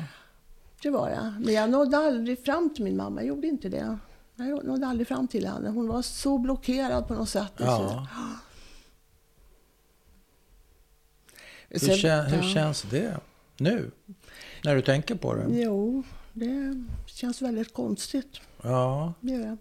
det var det. Men jag nådde aldrig fram till min mamma. Jag gjorde inte det. Jag nådde aldrig fram till henne. Hon var så blockerad på något sätt. ja. Så- Hur, kän, hur ja. känns det nu? När du tänker på det? Jo, det känns väldigt konstigt. Ja. Det gör jag.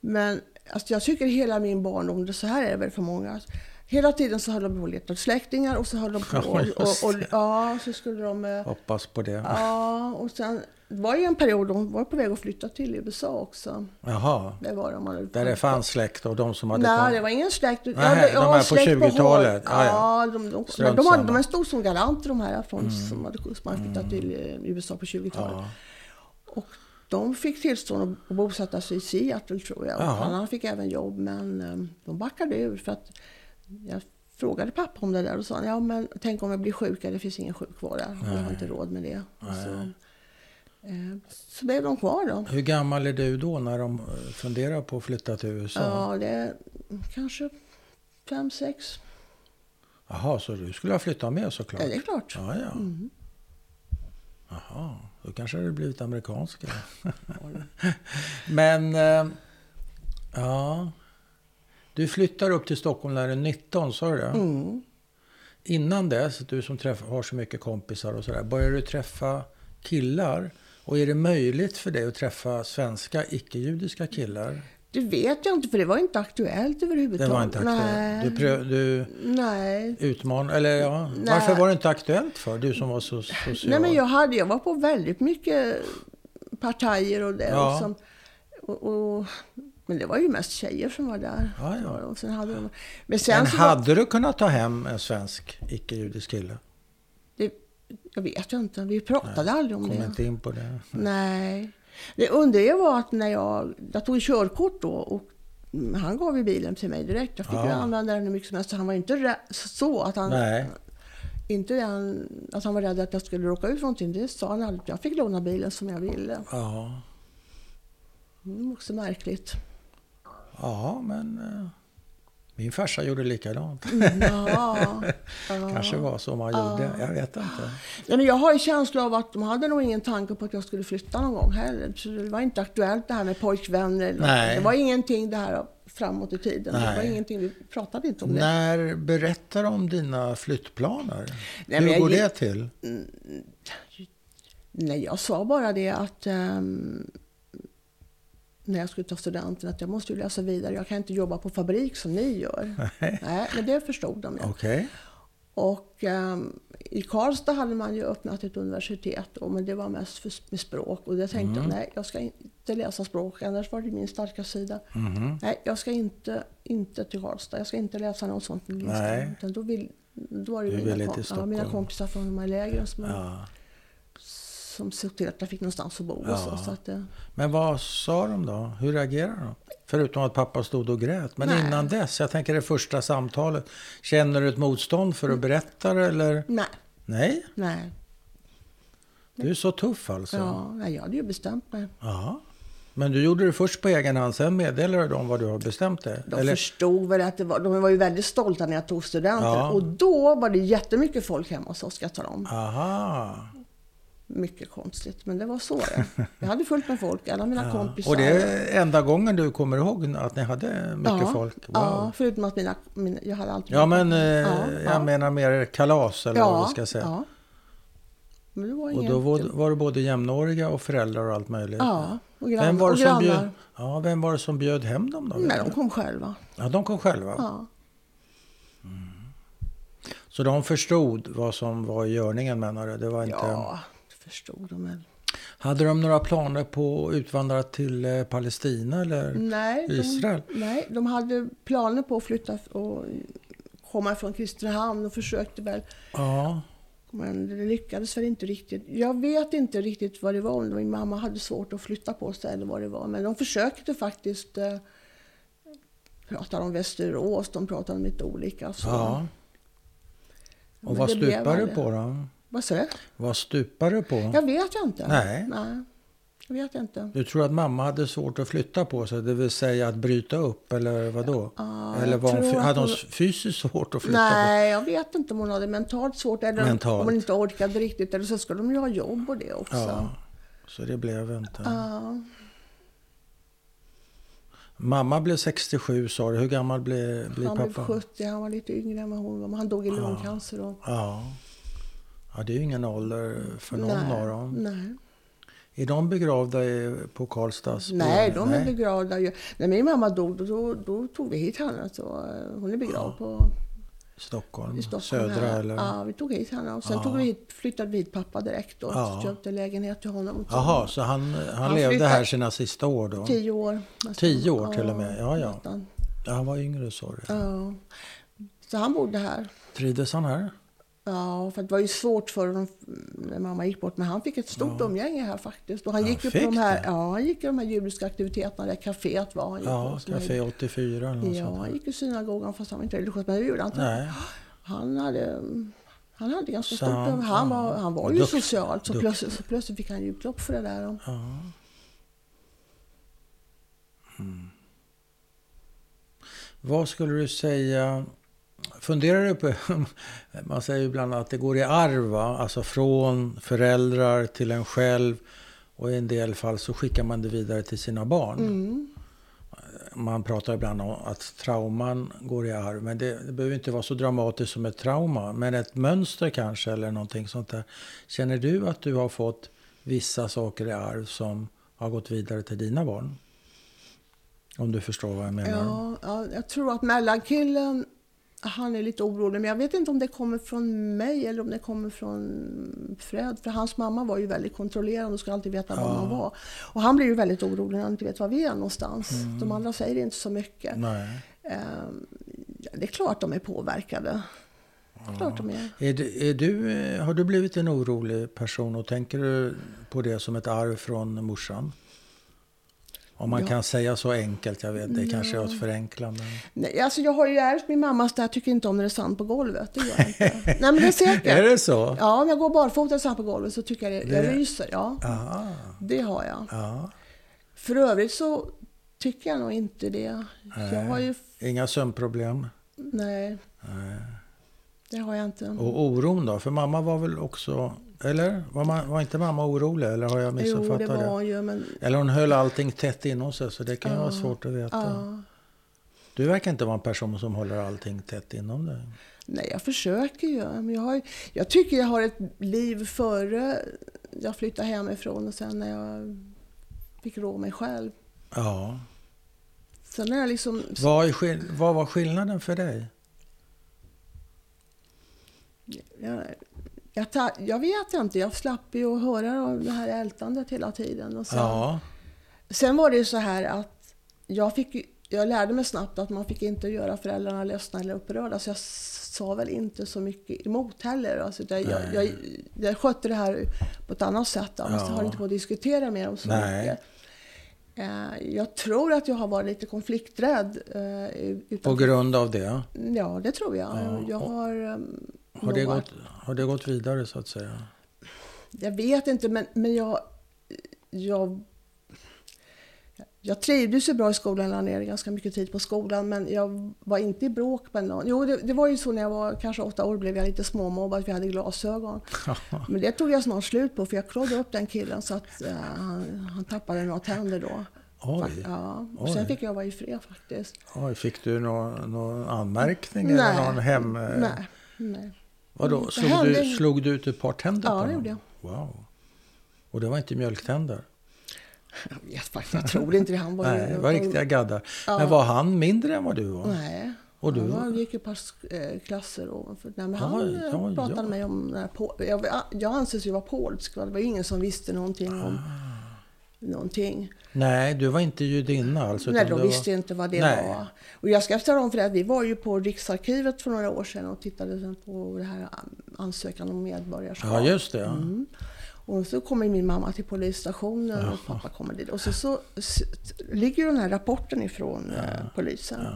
Men alltså, jag tycker hela min barndom, det- så här är det väl för många. alltså, Hela tiden så höll de på och letade släktingar och så höll de på Ja, och, just och, och, det. ja, så skulle de... eh, Hoppas på det. Ja, och sen det var ju en period då hon var på väg att flytta till USA också. Jaha. Det var de. man- Där det fanns släkt och de som hade Mm. Nej, kommit. det var ingen släkt. Ja, Nej, det- de här på släkt håll. 20-talet. Ja, Ja, ja. de, de, Strunt men de, hade, samma. de är stor som galanter de här från, som hade som hade flyttat till eh, USA på 20-talet. Mm. Ja. Och de fick tillstånd att bosätta sig i Seattle tror jag. Och Jaha. han, han fick även jobb men eh, de backade ur för att jag frågade pappa om det där och sa han, ja men tänk om jag blir sjuk, ja, det finns ingen sjukvård där. Jag har inte råd med det. Och Så, eh, så blev de kvar då. Hur gammal är du då när de eh, funderar på att flytta till USA? Ja, det är kanske fem, sex. Jaha, så du skulle ha flyttat med såklart? Ja, Mm. det är klart. Ja, ja. Jaha, då kanske det blivit amerikanska. Men, eh, ja. Du flyttar upp till Stockholm när du är 19, sa du det? Mm. Innan dess, du som träff, har så mycket kompisar och sådär, börjar du träffa killar? Och är det möjligt för dig att träffa svenska, icke-judiska killar? Det vet jag inte för det var inte aktuellt Det överhuvudtaget. var inte aktuellt. Nej. Du, prö, du Nej. utman, eller ja. Nej. Varför var det inte aktuellt för? Du som var så social. Nej, men jag, hade, jag var på väldigt mycket partajer och det. Ja. Och som, och, och, men det var ju mest tjejer som var där. Ja, ja. Och sen hade de, men sen Men så var, hade du kunnat ta hem en svensk icke-judisk kille? det, Jag vet ju inte, vi pratade aldrig om Kom det. inte in på det. Nej. Det underliga var att när jag, jag tog körkort då och mm, han gav ju bilen till mig direkt. Jag fick Ja. ju använda den hur mycket som helst. så Han var ju inte rädd, så att han, Nej. inte den, att han var rädd att jag skulle råka ut för någonting. Det sa han aldrig. Jag fick låna bilen som jag ville. Ja. Mm, också märkligt. Ja, men... eh, Min farsa gjorde likadant. Ja. ja. Kanske var så man gjorde. Jag vet inte. Nej, men jag har en känsla av att de hade nog ingen tanke på att jag skulle flytta någon gång heller. Så det var inte aktuellt det här med pojkvänner. eller något. Nej. Det var ingenting det här framåt i tiden. Det var Nej. ingenting, vi pratade inte om det. När berättar de om dina flyttplaner? men Hur jag går gick- det till? Nej, jag sa bara det att ehm, när jag skulle ta studenten att jag måste ju läsa vidare. Jag kan inte jobba på fabrik som ni gör. Nej. Nej, men det förstod de ju. Okej. Och ehm, i Karlstad hade man ju öppnat ett universitet då, men det var mest för, med språk. Och jag tänkte, Mm. nej jag ska inte läsa språk, annars var det min starka sida. Mm. Mhm. Nej, jag ska inte, inte till Karlstad, jag ska inte läsa något sånt. med min Nej. skola. Utan då, vill, då var det Du ville mina, till kom, ja, mina Stockholm. kompisar från de här lägren som, Ja. som såg till att jag fick någonstans att bo. Och Ja. så, så att, eh, Men vad sa de då? Hur reagerade de? Förutom att pappa stod och grät. Men Nej. innan dess, jag tänker det första samtalet. Känner du ett motstånd för Mm. att berätta det eller? nej, Nej, nej. du är så tuff alltså. Ja, nej, jag hade ju bestämt mig. Ja. Men du gjorde det först på egen hand, sen meddelade du dem vad du har bestämt dig? De Eller- förstod väl att det var, de var ju väldigt stolta när jag tog studenten. Ja. Och då var det jättemycket folk hemma hos oss, ska jag tala om. Aha. Mycket konstigt, men det var så det. Jag hade fullt med folk, alla mina kompisar. Och det är enda gången du kommer ihåg att ni hade mycket ja. folk? Wow. Ja, förutom att mina, mina, jag hade alltid... Ja, men eh, Ja, jag ja. menar mer kalas eller vad ja, vi ska säga. Ja. Men det var Och ingen... då var, var det både jämnåriga och föräldrar och allt möjligt. Ja, och, grann, Vem var, det och som grannar. bjöd, ja, vem var det som bjöd hem dem då? Nej, de kom själva. Ja, de kom själva. Ja. Så de förstod vad som var i görningen menar du? Det var inte... ja, det förstod de väl. Hade de några planer på att utvandra till eh, Palestina eller Nej, de, Israel? nej, de hade planer på att flytta och komma från Kristinehamn och försökte väl Ja. Men det lyckades väl inte riktigt. Jag vet inte riktigt vad det var, om min mamma hade svårt att flytta på sig eller vad det var. Men de försökte faktiskt eh, prata om Västerås, de pratade om lite olika. Så. Ja. Och Men vad det blev stupar du aldrig. på då? Vad sa du? Vad stupar du på? Jag vet ju inte. Nej. Nej, jag vet inte. Du tror att mamma hade svårt att flytta på sig, det vill säga att bryta upp eller vad då? Ja, eller jag var hon, tror fy- att hade hon hon- fysiskt svårt att flytta på sig? Nej, jag vet inte om hon hade mentalt svårt eller Mentalt. om hon inte orkade riktigt. Eller så skulle de ju ha jobb och det också. Ja, så det blev inte. Ja. Mamma blev 67 sa du, hur gammal blev, blev han pappa? blev 70, han var lite yngre än vad hon var. men Han dog i lungcancer då. Ja. ja, det är ju ingen ålder för någon nej, av dem. Nej, Är de begravda i- på Karlstads? nej de är Nej. begravda. ju. När min mamma dog, då, då, då tog vi hit henne. Så, eh, hon är begravd på, Stockholm, i Stockholm. Södra här. eller? Ja, vi tog hit henne. Och sen Ja. tog vi hit, flyttade vi hit pappa direkt och Ja. köpte lägenhet till honom. Jaha, så han, han, Han levde flyttade- här sina sista år då? Tio år. nästan. Tio år till och med, ja, ja. nästan. Ja, han var yngre sa du. Ja. Så han bodde här. Trivdes han här? Ja, för det var ju svårt för honom när mamma gick bort. Men han fick ett stort umgänge här faktiskt. Och han Ja, gick ju på fick de här, det? ja, han gick i de här judiska aktiviteterna, det här kaféet var han ju Ja, på. Café 84 eller något Ja, sånt. han där. gick i synagogan fast han var inte religiös. Men det gjorde han inte. Nej. Han hade, han hade ganska Så stort han- umgänge. Han ja. var, han var ju Duktig. social. Så Duktig. plötsligt, så plötsligt fick han ju utlopp för det där. Och, Ja. Mm. Vad skulle du säga? Funderar du på, man säger ju ibland att det går i arv, va? alltså från föräldrar till en själv. Och i en del fall så skickar man det vidare till sina barn. mm. Man pratar ibland om att trauman går i arv. Men det, det behöver inte vara så dramatiskt som ett trauma. Men ett mönster kanske eller någonting sånt där. Känner du att du har fått vissa saker i arv som har gått vidare till dina barn? Om du förstår vad jag menar. ja, ja, jag tror att mellankillen, han är lite orolig. Men jag vet inte om det kommer från mig eller om det kommer från Fred. För hans mamma var ju väldigt kontrollerande och skulle alltid veta var Ja. man var. Och han blir ju väldigt orolig när han inte vet var vi är någonstans. Mm. De andra säger inte så mycket. Nej. Ehm, ja, det är klart de är påverkade. Klart de är. Är du, är du, eh, har du blivit en orolig person och tänker du på det som ett arv från morsan? Om man Ja. kan säga så enkelt, jag vet, det kanske är att förenkla. Men... Nej, alltså jag har ju ärvt min mammas där jag tycker inte om när det är sand på golvet. Det gör jag inte. Nej men det är säkert. Är det så? Ja, om jag går barfota och sand på golvet så tycker jag det, Det- jag ryser. Ja, Aha. det har jag. Ja. För övrigt så tycker jag nog inte det. Jag har ju... Inga sömnproblem? Nej. Det har jag inte. Och oron då? För mamma var väl också... Eller? Var, ma- var inte mamma orolig? Eller har jag Jo, missuppfattat det det? var hon ju, men... Eller hon höll allting tätt inom sig, så det kan ju vara svårt att veta. Ja. Du verkar inte vara en person som håller allting tätt inom dig. Nej, jag försöker ju. Men jag, har, jag tycker jag har ett liv före jag flyttade hemifrån och sen när jag fick rå mig själv. Ja. Sen är jag liksom... Vad, är skill- vad var skillnaden för dig? Jag, jag, ta, jag vet inte, jag slapp ju att höra om det här ältandet hela tiden. Och sen, Ja. sen var det ju så här att jag, fick, ju- jag lärde mig snabbt att man fick inte göra föräldrarna ledsna eller upprörda. Så jag s- sa väl inte så mycket emot heller. Alltså, jag, jag, Nej. jag, jag skötte det här på ett annat sätt. Då. Fast Jag Ja. höll inte på att diskutera med dem så Nej. mycket. Eh, Jag tror att jag har varit lite konflikträdd. eh, På Utan, grund av det? ja, det tror jag. Ja, Jag och- har, ehm, Har det, nog varit- gått, har det gått vidare, så att säga? Jag vet inte, men, men jag, jag... Jag trivdes ju bra i skolan, la ner ganska mycket tid på skolan, men jag var inte i bråk med någon. Jo, det, det var ju så när jag var kanske åtta år blev jag lite småmobbad för jag hade glasögon. Men det tog jag snart slut på för jag klodde upp den killen så att eh, han, han tappade några tänder då. Oj. Ja, och sen Oj. fick jag vara i fred faktiskt. Oj, fick du någon, någon anmärkning eller Nej. någon hem... eh, Nej, nej. Vadå, Det slog hände du, inget. slog du ut ett par tänder Ja, på honom? det gjorde jag. Wow. Och det var inte mjölktänder? Jag vet faktiskt, jag tror inte det. Han var Nej, ju... det var riktiga gaddar. Ja. Men var han mindre än vad du var? Nej. Och du? Han var, gick ett par sk- eh, klasser ovanför. Nej, men han Oj, eh, oj, pratade oj. med mig om... Den här Pol- jag, jag anses ju vara polsk. Va? Det var ju ingen som visste någonting om Ah. någonting. Nej, du var inte judinna alltså? Nej, utan de du visste inte vad det Nej. var. Och jag ska tala om för dig att vi var ju på Riksarkivet för några år sedan och tittade sen på det här ansökan om medborgarskap. Ja, just det. Ja. Mm. Och så kommer min mamma till polisstationen och pappa kommer dit. Och så, så s- t- ligger den här rapporten ifrån eh, polisen.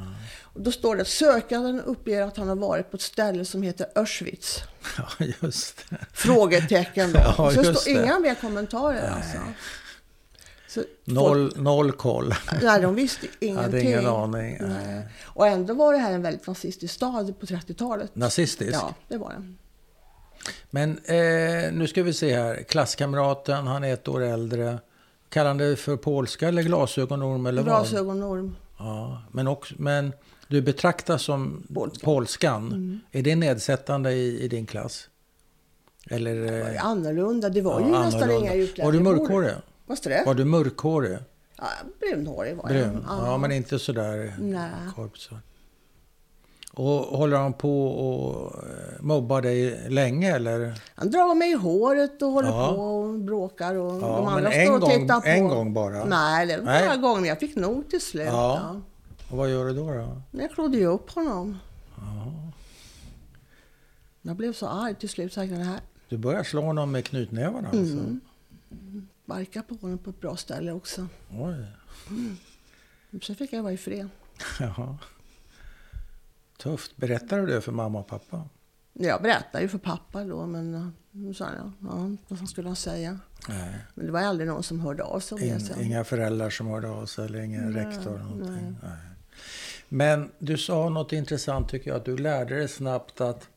Och då står det sökanden uppger att han har varit på ett ställe som heter Auschwitz. ja, just det. Frågetecken då. Ja, så just står det. inga mer kommentarer alltså. Så folk- Noll, noll koll. Nej, de visste ingenting. Hade ingen aning. Nej. Nej. Och ändå var det här en väldigt nazistisk stad på 30-talet. Nazistisk. Ja, det var den. Men eh, nu ska vi se här. Klasskamraten, han är ett år äldre. Kallar han dig för polska eller glasögonorm? Eller vad? Glasögonorm. Ja, men, också, men du betraktas som Polska. polskan. Mm. Är det nedsättande i, i din klass? Eller? eh, Det var Annorlunda. Det var ju nästan annorlunda. inga utlänningar. Var du Det borde- mörkhårig? Vad står det? Var du mörkhårig? Ja, brunhårig var jag. Brun? Ja, men inte sådär Nej. korpsvart. Och håller han på och eh, mobbar dig länge eller? Han drar mig i håret och håller Ja. på och bråkar. Och Ja, de men andra en står och gång- tittar på. en gång bara? Nej, det var Nej. några gånger. men Jag fick nog till slut. Ja. Ja. Och vad gör du då? då? Men jag klodde ju upp honom. Jag blev så arg till slut. Så jag, det här Du börjar slå honom med knytnävarna Mm. alltså? barka på honom på ett bra ställe också. Oj. Sen fick jag vara i fred. Jaha. Tufft. Berättar du det för mamma och pappa? Jag berättade ju för pappa då, men eh, då sa han, ja, vad fan skulle han säga? Nej. Men det var aldrig någon som hörde av sig om det In, sen. inga föräldrar som hörde av sig eller ingen rektor? eller Någonting. Nej. Men du sa något intressant tycker jag. Att du lärde dig snabbt att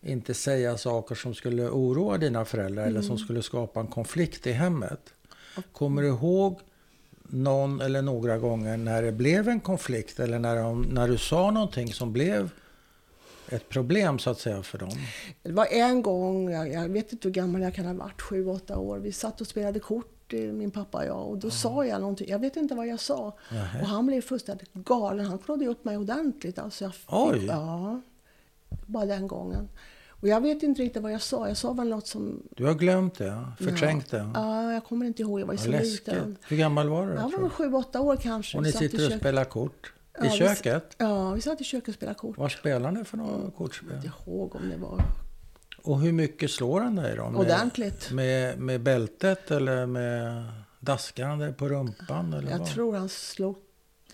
inte säga saker som skulle oroa dina föräldrar eller som skulle skapa en konflikt i hemmet. Kommer du ihåg någon eller några gånger när det blev en konflikt eller när, de, när du sa någonting som blev ett problem så att säga för dem? Det var en gång, jag, jag vet inte hur gammal jag kan ha varit, sju, åtta år. Vi satt och spelade kort, eh, min pappa och jag. Och då sa jag någonting, jag vet inte vad jag sa. Mm. Nähä. Och han blev fullständigt galen. Han klådde upp mig ordentligt. Alltså jag fick, Oj. Ja, bara den gången. Och jag vet inte riktigt vad jag sa. Jag sa väl något som... Du har glömt det, förträngt det. Ja, jag kommer inte ihåg, jag var ju Vad så liten. läskigt. Hur gammal var du? Jag tror var väl du? sju, åtta år kanske. Och Vi ni satt i sitter och köket. spelar kort? Ja, I vi- köket? Ja, vi satt i köket och spelade kort. Vad spelar ni för några Jag kommer kortspel? inte ihåg om det var Och hur mycket slår han dig då? ordentligt. med, med bältet eller med daskar han dig på rumpan? Eller Jag vad? tror han slog...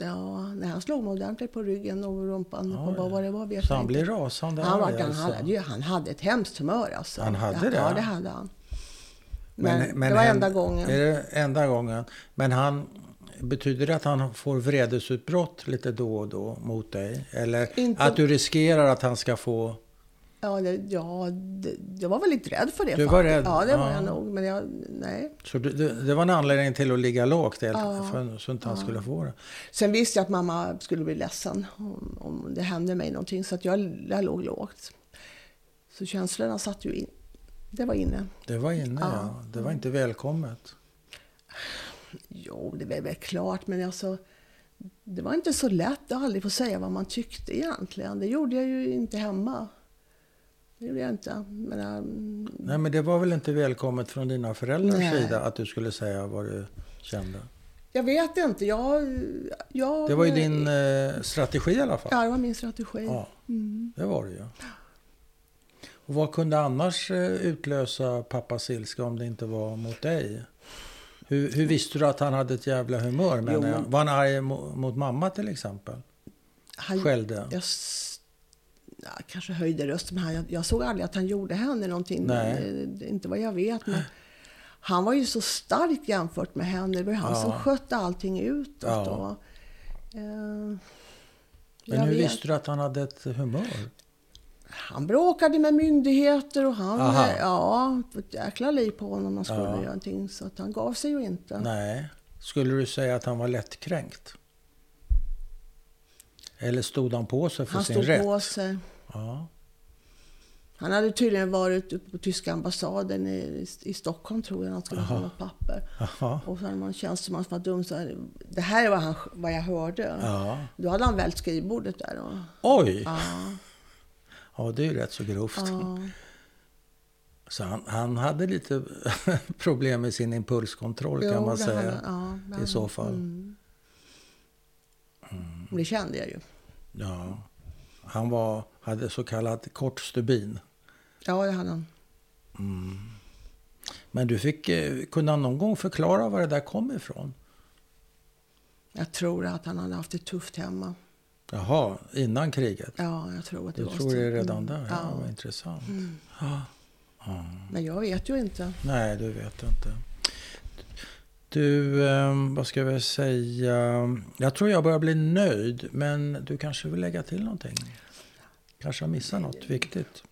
Ja, nej, han slog mig ordentligt på ryggen och rumpan. Ja, och vad ja. var det var vet Så han jag inte. blir rasande? Han, arg var, han, alltså. hade, ju- han hade ett hemskt humör alltså. Han hade det? Ja, det hade han. Men, det var hem- enda gången. Är det enda gången? Men han, betyder det att han får vredesutbrott lite då och då mot dig? Eller Inte- att du riskerar att han ska få... Ja, det, ja det, jag var väl lite rädd för det. Du var faktiskt. rädd? Ja, det var Ja. jag nog. Men jag, nej. Så det, det det var en anledning till att ligga lågt helt, för, så att han skulle få det? Sen visste jag att mamma skulle bli ledsen om, om det hände mig någonting. Så att jag, jag låg lågt. Så känslorna satt ju in. Det var inne. Det var inne, ja. Ja. Det var inte välkommet. Jo, det är väl klart, men alltså, det var inte så lätt att aldrig få säga vad man tyckte egentligen. Det gjorde jag ju inte hemma. Det gjorde jag inte. Men, ähm, Nej, men det var väl inte välkommet från dina föräldrars Nej. sida att du skulle säga vad du kände? jag vet inte. Jag, jag, Det var ju din eh, strategi i alla fall. Ja, Mm. det var min strategi. Ja, det var det ju. Och vad kunde annars eh, utlösa pappas ilska om det inte var mot dig? Hur, hur visste du att han hade ett jävla humör? Menar Jo, jag? men- Var han arg mo- mot mamma till exempel? Han, Skällde? Jag s- ja, kanske höjde rösten, men han, jag, jag såg aldrig att han gjorde henne någonting. Nej. Det- det- Inte vad jag vet. Men han var ju så stark jämfört med henne. Det var ju han Ja. som skötte allting utåt. Ja. Och, eh, jag Men hur vet. visste du att han hade ett humör? Han bråkade med myndigheter och han... eh, Aha. Ja, det var ett jäkla liv på honom om han skulle Ja. göra någonting. Så att han gav sig ju inte. Nej. Skulle du säga att han var lättkränkt? Eller stod han på sig för han sin stod rätt? på sig. Ja. Han hade tydligen varit uppe på tyska ambassaden i, i Stockholm tror jag, han skulle ha något papper. Jaha. Och sen var en tjänsteman som var dum så här, det här är vad, han, vad jag hörde. Ja. Då hade han vält skrivbordet där. Och, Oj! ja, Ja, det är ju rätt så grovt. ja. Så han, han hade lite problem med sin impulskontroll kan man det säga. hade- ja, I men- så fall. Mm. Det kände jag ju. Ja. Han var, hade så kallad kort stubin. Mm. Ja, det hade han. Men du fick, eh, kunde han någon gång förklara var det där kom ifrån? Jag tror att han hade haft det tufft hemma. Jaha, innan kriget? Ja, jag tror att det Du var tror så. det är redan Mm. där? Ja, Ja. Mm. vad intressant. Men jag vet ju inte. Nej, du vet inte. Du, ehm, vad ska vi säga? Jag tror jag börjar bli nöjd, men du kanske vill lägga till någonting? Kanske har missat något viktigt?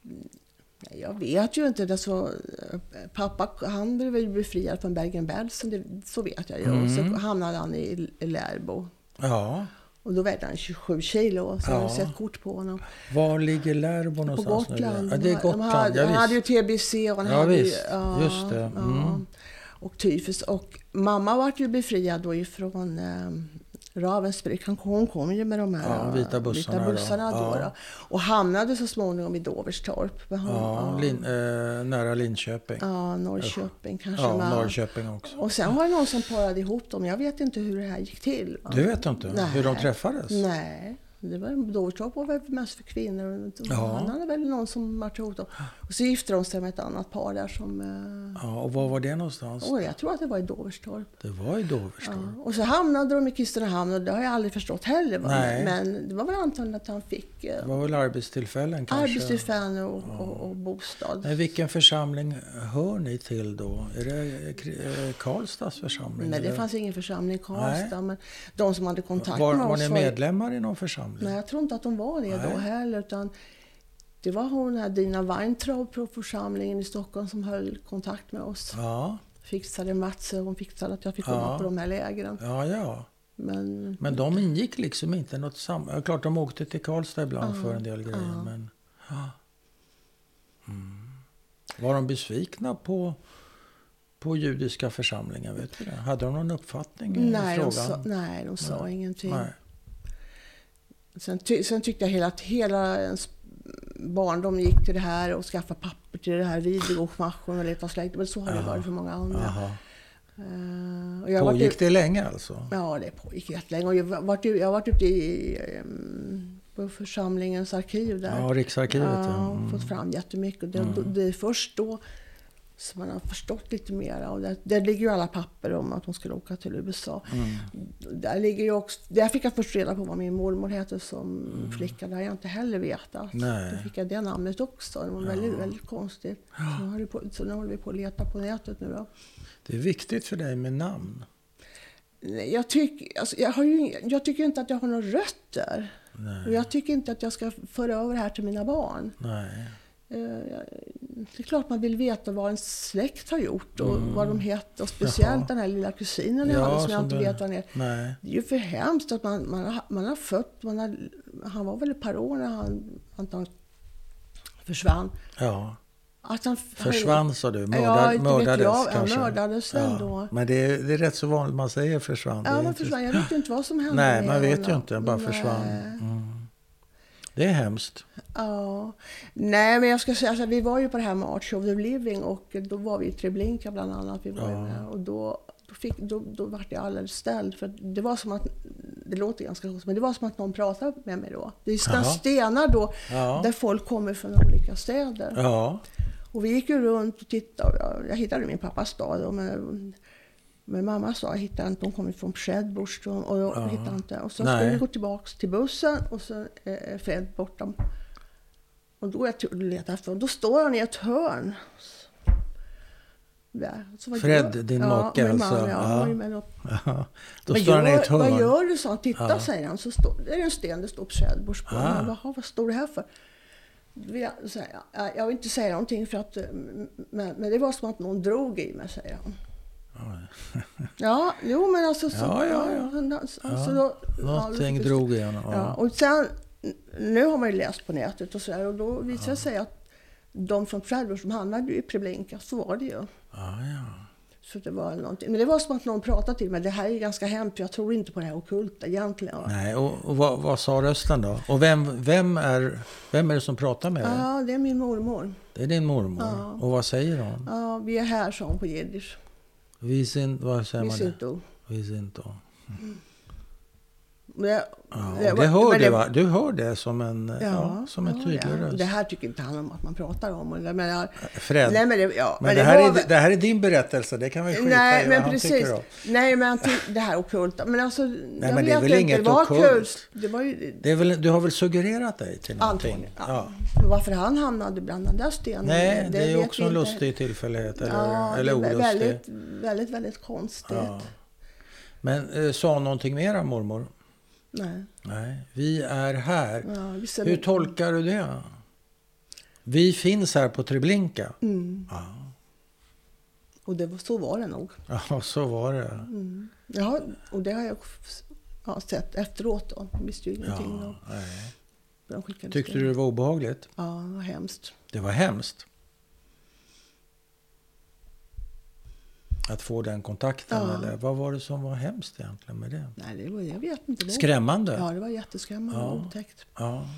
Nej, Jag vet ju inte. Det är så, eh, pappa han blev väl befriad från Bergen-Belsen, det- så vet jag ju. Och Mm. så hamnade han i i Lärbo. Ja. Och då vägde han 27 kilo, så jag har Ja. sett kort på honom. Var ligger Lärbo På någonstans nu? Gotland. Ja, det är De Gotland, hade, ja, han hade ju visst. TBC och han Ja, hade ju, visst. Just det. ja, Mm. och tyfus. Och mamma vart ju befriad då ifrån eh, Ravensbrück. Han kom, hon kom ju med de här Ja, vita eh, bussarna då. vita bussarna då, Ja. då. Och hamnade så småningom i Doverstorp. Men hon- Ja, Lin, eh, nära Linköping. ja, Norrköping kanske. Ja, men- Norrköping också. Och sen var det någon som parade ihop dem. Jag vet inte hur det här gick till. va. Du vet inte Nej. hur de träffades? Nej, det var Doverstorp var väl mest för kvinnor. Och Ja. Han hade väl någon som matchade ihop dem. Och så gifte de sig med ett annat par där som... eh, Ja, och var var det någonstans? åh, jag tror att det var i Doverstorp. Det var i Doverstorp. Ja. Och så hamnade de i Kristinehamn och det har jag aldrig förstått heller. va. Nej. Men det var väl antagligen att han fick eh, Det var väl arbetstillfällen kanske? arbetstillfälle och, och, och bostad. Men vilken församling hör ni till då? Är det eh, Kri- eh, Karlstads församling? Nej, det eller? fanns ingen församling i Karlstad. Men de som hade kontakt var, med var oss ni var ju- medlemmar i någon församling? Nej, jag tror inte att de var det Nej. då heller. Utan det var hon här, Dina Weintraub på församlingen i Stockholm som höll kontakt med oss. Ja, Fixade matcher, hon fixade att jag fick Ja. komma på de här lägren. ja, ja. Men Men de ingick liksom inte i något sam... Ja, klart de åkte till Karlstad ibland för en del grejer. ja. Men, ja. mm. Var de besvikna på, på judiska församlingen? Vet du det? Hade de någon uppfattning i nej, de frågan? sa, nej, de sa Nej. ingenting. nej. Sen, ty, sen tyckte jag hela att hela ens barndom gick till det här och skaffa papper till det här videoschmaschen och leta och släkt. Men så har det varit för många andra. Jaha. Eh, och jag har varit Pågick det länge alltså? Ja, det pågick rätt länge. Och jag har varit, jag har varit ute i ehm, på församlingens arkiv där. Ja, Riksarkivet. Ja. Ja, Mm. fått fram jättemycket. Och Det, det är först då som man har förstått lite mera. Och där, där ligger ju alla papper om att hon skulle åka till USA. Mm. Där, ligger ju också, där fick jag först reda på vad min mormor hette som flicka. Det har jag inte heller vetat. Mm. Nej. Då fick jag det namnet också. Det var väldigt, väldigt konstigt. Så nu, har det på, så nu håller vi på att leta på nätet nu då. Det är viktigt för dig med namn. Nej, Jag, tyck, alltså, jag, har ju, ing- jag tycker inte att jag har några rötter. Och jag tycker inte att jag ska föra över det här till mina barn. Nej. Eh, jag- Det är klart man vill veta vad en släkt har gjort och vad de heter. Och speciellt Mm. Jaha. den här lilla kusinen jag hade som jag inte du- vet vad han är. Nej. Det är ju för hemskt att man, man, har- man har fött... Man har, han var väl ett par år när han antagligen försvann. Ja. Att han, Försvann sa du? Mördad, Ja, inte vet mördades jag. Ja, kanske? mördades ändå. Men det är, det är rätt så vanligt man säger försvann. Det Ja, är man inte- försvann. Jag vet ju inte vad som hände Nej, med man vet ju honom. inte. Bara Nej. försvann. Mm. Det är hemskt. Ja. Nej, men jag ska säga så här, vi var ju på det här med Arts of the Living och då var vi i Treblinka bland annat. Vi var ju Ja. med, och då, då, fick, då, då var jag alldeles ställd. För det var som att, det låter ganska konstigt, men det var som att någon pratade med mig då. Det är såna Jaha. stenar då, Ja. där folk kommer från olika städer. Ja. Och vi gick ju runt och tittade. och Jag, jag hittade min pappas stad. Och men, men mamma sa jag hittade inte, hon kom från Fredborst och, och jag Ja. hittade inte. Och så Nej. skulle vi gå tillbaks till bussen och så är eh, Fred borta. Och då är jag till- letar efter honom. Då står han i ett hörn. Där. Så vad Fred, din ja, make min man, alltså. Ja, Ja. han var ju med och- Då "Vad står han i gör- ett Vad hörn. gör du? sa han. Titta, Ja. säger han. Så står, det är en sten, det står Fredborst på. Ah. Ah. Jaha, vad står det här för? Då vill Jag, så här, "Ja, jag vill inte säga någonting för att, eh, m- men, men det var som att någon drog i mig, säger han. Ja, jo men alltså... Så, Ja, ja, ja. han- Alltså, Ja. Så då, Någonting ja, drog i honom. Ja, Ja. och sen, n- nu har man ju läst på nätet och sådär och då visar det sig att de från Fredrik som hamnade i Treblinka, så var det ju. Ja, ja. Så det var någonting. Men det var som att någon pratade till mig. Det här är ganska hemskt, för jag tror inte på det här ockulta egentligen. Nej, och, och vad, vad sa rösten då? Och vem, vem, är, vem är det som pratar med dig? Ja, det är min mormor. Det är din mormor. Ja. Och vad säger hon? Ja, vi är här, sa hon på jiddisch. Vi sin, vad säger Vi man det? sitter och... Vi sin då. Men jag- Ja, det och var- det hör men du va? Du hör det som en, ja, som en ja, tydlig det är- röst. Det här tycker inte han om att man pratar om. Och jag menar, Fred, nej, men det, ja, men, det, här var är, väl- det här är din berättelse. Det kan vi skita i Nej, vad men han precis. tycker om. Nej, men han tyck- det här ockulta. Men alltså, jag men det är vet väl inte. inget det var ockult. kult. Det var ju Det är väl, du har väl suggererat dig till någonting? Antonio. Ja. Men Varför han hamnade bland den där stenen, Nej, det, är ju vet också vi en inte. lustig tillfällighet. Eller, Ja, eller det är olustig. väldigt, väldigt, väldigt konstigt. Ja. Men eh, sa någonting mer mormor? Nej. Nej, vi är här. Ja, vi ser- Hur tolkar du det? Vi finns här på Treblinka. Mm. Ja. Och det var, så var det nog. Ja, så var det. Mm. Ja, och det har jag f- ja, sett efteråt då. Jag visste ju ingenting. Ja, om nej. hur de skickades Tyckte in. du det var obehagligt? Ja, det var hemskt. Det var hemskt. Att få den kontakten. Ja. Eller, vad var det som var hemskt egentligen med det? Nej, det var, jag vet inte. Det var- Skrämmande? Ja, det var jätteskrämmande och Ja. otäckt. Ja.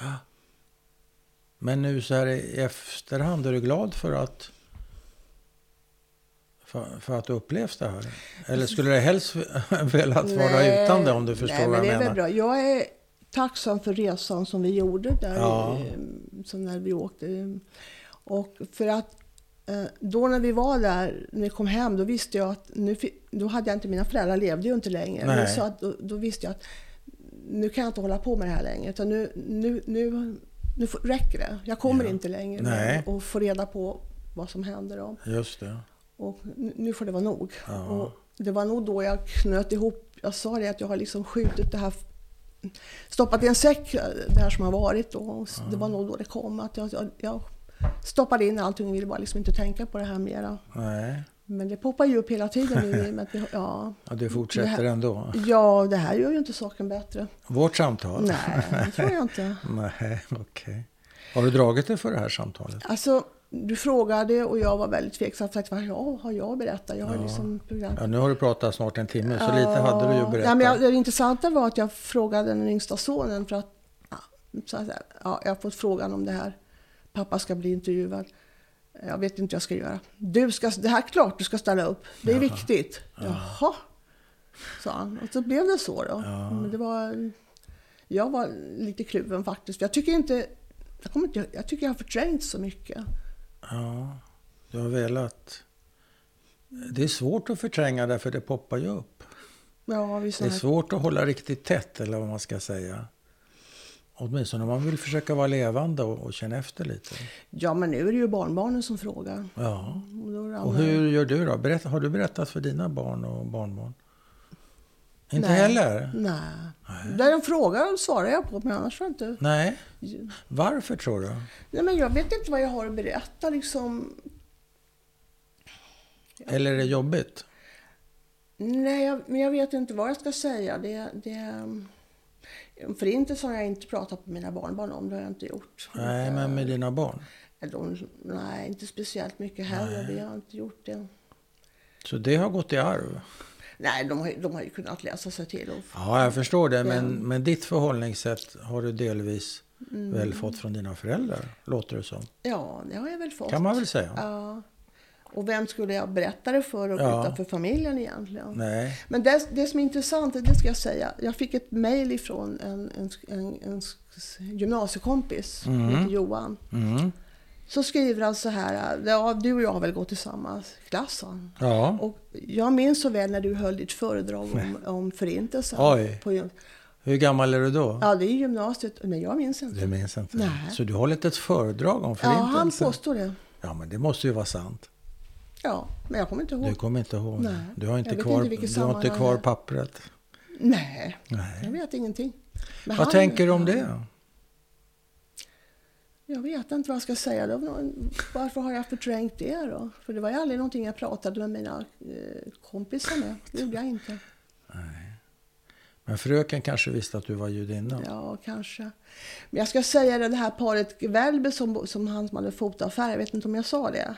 Ja. Men nu så här i efterhand, är du glad för att för, för att du upplevt det här? Eller skulle du helst velat vara Nej, utan det om du förstår nej, vad men jag det är väl menar? bra. Jag är tacksam för resan som vi gjorde där Ja. eh, som när vi åkte. Och för att eh, då när vi var där, när vi kom hem, då visste jag att nu, fi- då hade jag inte, mina föräldrar levde ju inte längre. Men Nej. så att, då, då visste jag att nu kan jag inte hålla på med det här längre. Utan nu, nu, nu, nu får- räcker det. Jag kommer Ja. inte längre Nej. och få reda på vad som händer. Då. Just det. Och nu nu får det vara nog. Ja. Och det var nog då jag knöt ihop. Jag sa det att jag har liksom skjutit det här, stoppat i en säck eh, det här som har varit. Då. Och s- Det var nog då det kom. Att jag, jag, jag stoppade in allting och ville bara liksom inte tänka på det här mera. Nej, Men det poppar ju upp hela tiden nu i och med att vi, har- ja. ja, du fortsätter Det ändå. ja, det här gör ju inte saken bättre. Vårt samtal? Nej, det tror jag inte. Nej, okej. Har du dragit dig för det här samtalet? Alltså, du frågade och jag var väldigt tveksam. För att, vad ja, har jag berättat? Jag har Ja. liksom program. Ja, nu har du pratat snart en timme, så lite hade du ju Ja. berättat. Nej, men jag, det intressanta var att jag frågade den yngsta sonen för att ja, så att, säga, ja, jag har fått frågan om det här. Pappa ska bli intervjuad. Jag vet inte vad jag ska göra. Du ska, det här är klart du ska ställa upp. Det är viktigt. Jaha, sa han. Och så blev det så då. Ja. Men det var, jag var lite kluven faktiskt. Jag tycker inte jag, kommer inte, jag tycker jag har förträngt så mycket. Ja, du har velat. Det är svårt att förtränga därför det poppar ju upp. Ja, vi Det är såna här- svårt att hålla riktigt tätt eller vad man ska säga. Åtminstone om man vill försöka vara levande och, och känna efter lite. ja, men nu är det ju barnbarnen som frågar. Ja. Och, då Och ramlar- hur gör du då? Berätt, har du berättat för dina barn och barnbarn? Inte Nej. heller? Nej. Där de frågar svarar jag på, men annars har jag inte... Nej. Varför tror du? Nej, men jag vet inte vad jag har att berätta liksom. Eller är det jobbigt? Nej, jag, men jag vet inte vad jag ska säga. Det, det, förintelsen har jag inte pratat med mina barnbarn om, det har jag inte gjort. Nej, men med dina barn. De, nej, inte speciellt mycket heller. Vi har inte gjort det. Så det har gått i arv? Nej, de har, ju- de har ju kunnat läsa sig till. Och, Ja, jag förstår det. Men, Ja. men ditt förhållningssätt har du delvis Mm. väl fått från dina föräldrar, låter det som. ja, det har jag väl fått. Kan man väl säga. Ja. Och vem skulle jag berätta det för och Ja. utanför familjen egentligen? Nej. Men det, det som är intressant, det ska jag säga. Jag fick ett mejl ifrån en, en, en, en gymnasiekompis, Mm. heter Johan. Mm. Så skriver han så här, ja, du och jag har väl gått i samma klass sa han. Ja. Och jag minns så väl när du höll ditt föredrag om, om förintelsen. Oj. På, gym- Hur gammal är du då? ja, det är gymnasiet. Nej, jag minns inte. Du minns inte? Nej. Så du har lite ett föredrag om Ja, han Förintelsen? påstår det. Ja, men det måste ju vara sant. Ja, men jag kommer inte ihåg. Du kommer inte ihåg. det. Mm. Nej. Du har inte Jag vet kvar, inte vilket du har inte sammanhang kvar det är. pappret. Nej, jag Nej. vet ingenting. Vad Men han- tänker du om det? Jag vet inte vad jag ska säga. Det var någon- Varför har jag förträngt det då? För det var ju aldrig någonting jag pratade med mina eh, kompisar med. Det gjorde jag inte. Men fröken kanske visste att du var judinna? Ja, kanske. Men jag ska säga det, det här paret Welbe som, som han som hade fotoaffär, jag vet inte om jag sa det.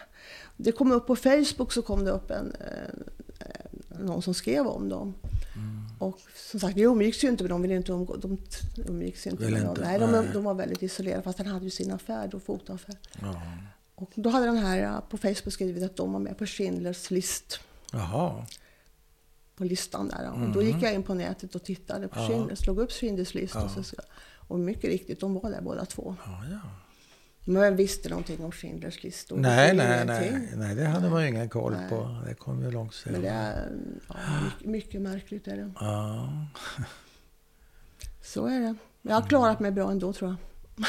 Det kom upp på Facebook så kom det upp en, eh, någon som skrev om dem. Mm. Och som sagt, vi umgicks ju inte med dem, ville inte umgå, de t- umgicks inte Vill med inte, dem. Nej, de, nej. de var väldigt isolerade, fast han hade ju sin affär då, fotoaffär. Ja. Och då hade den här eh, på Facebook skrivit att de var med på Schindlers list, Jaha. på listan där. Och då gick jag in på nätet och tittade på Mhm. Ja. Schindlers, slog upp Schindlers list. Ja. Och, så, ska- och mycket riktigt, de var där båda två. Ja, ja. Men jag visste någonting om Schindlers list då? Nej, nej, Ingenting. nej, nej. Det hade man ju ingen koll Nej. på. Det kom ju långt senare. Men det är ja, mycket, mycket märkligt. Är det. Ja. Så är det. Men Jag har klarat mig bra ändå tror jag.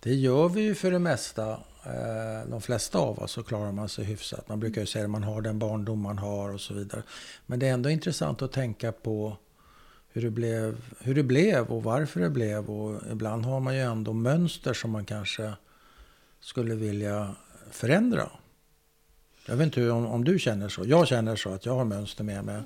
Det gör vi ju för det mesta. Eh, De flesta av oss så klarar man sig hyfsat. Man brukar ju säga att man har den barndom man har och så vidare. Men det är ändå intressant att tänka på hur det blev, hur det blev och varför det blev. Och ibland har man ju ändå mönster som man kanske skulle vilja förändra. Jag vet inte hur- om, om du känner så. Jag känner så att jag har mönster med mig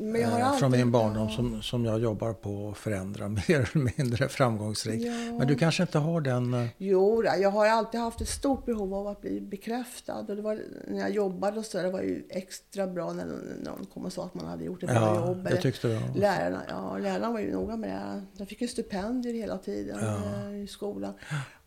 Men jag har eh, alltid, från min barndom som, som jag jobbar på att förändra mer eller mindre framgångsrikt. Ja. Men du kanske inte har den... eh, Jo, då, jag har alltid haft ett stort behov av att bli bekräftad. Och det var, när jag jobbade och så, där, det var ju extra bra när någon- någon kom och sa att man hade gjort ett bra jobb. det eller- tyckte jag. Lärarna, ja, lärarna var ju noga med det. De fick ju stipendier hela tiden Ja. eh, i skolan.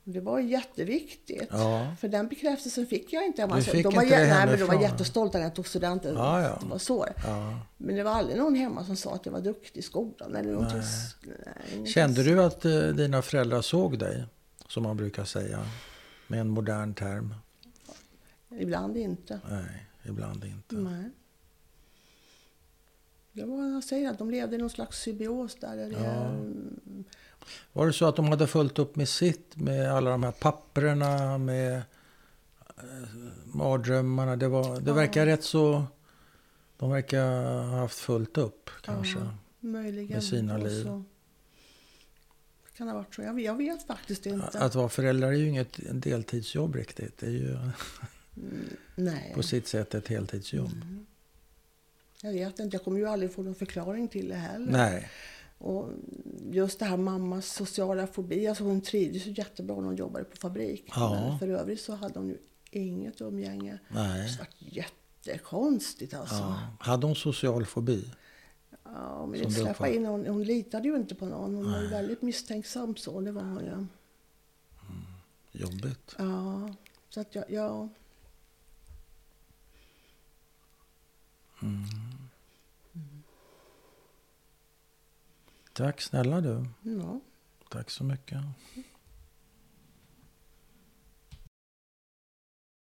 Och det var ju jätteviktigt. Ja. För den bekräftelsen fick jag inte hemma. Du Så fick de, var inte det nej, men de hemifrån, var va? jättestolta när jag tog studenten. Ja, ja. Det var så. Ja. Men det var aldrig någon hemma som sa att jag var duktig i skolan. Eller någonting. s- Nej, ingenting Kände du att eh, dina föräldrar såg dig? Som man brukar säga. Med en modern term. s- Ibland inte. Nej, ibland inte. Nej. Det var jag säger, att de levde i någon slags symbios där. mm, Det Ja. är- Var det så att de hade följt upp med sitt? Med alla de här papperna, med eh, mardrömmarna. Det, var, det Ja. verkar rätt så... De verkar ha haft fullt upp kanske. Ja, möjligen. Med sina Och liv. så- Kan det ha varit så? Jag, jag vet faktiskt inte. Att vara förälder är ju inget deltidsjobb riktigt. Det är ju Mm, Nej, på sitt sätt ett heltidsjobb. jag vet inte. Jag kommer ju aldrig få någon förklaring till det heller. Nej. Och just det här mammas sociala fobi. Alltså hon trivdes ju jättebra när hon jobbade på fabrik. Ja. Men för övrigt så hade hon ju inget umgänge. Nej. Det var jättekonstigt alltså. Ja. Ja. Hade hon social fobi? men Som det du släppa uppfattar- in hon, hon litade ju inte på någon. Hon var ju väldigt misstänksam så. Det var hon ju. Jobbigt. Ja, så att jag... jag... Tack snälla du. Ja, Tack så mycket.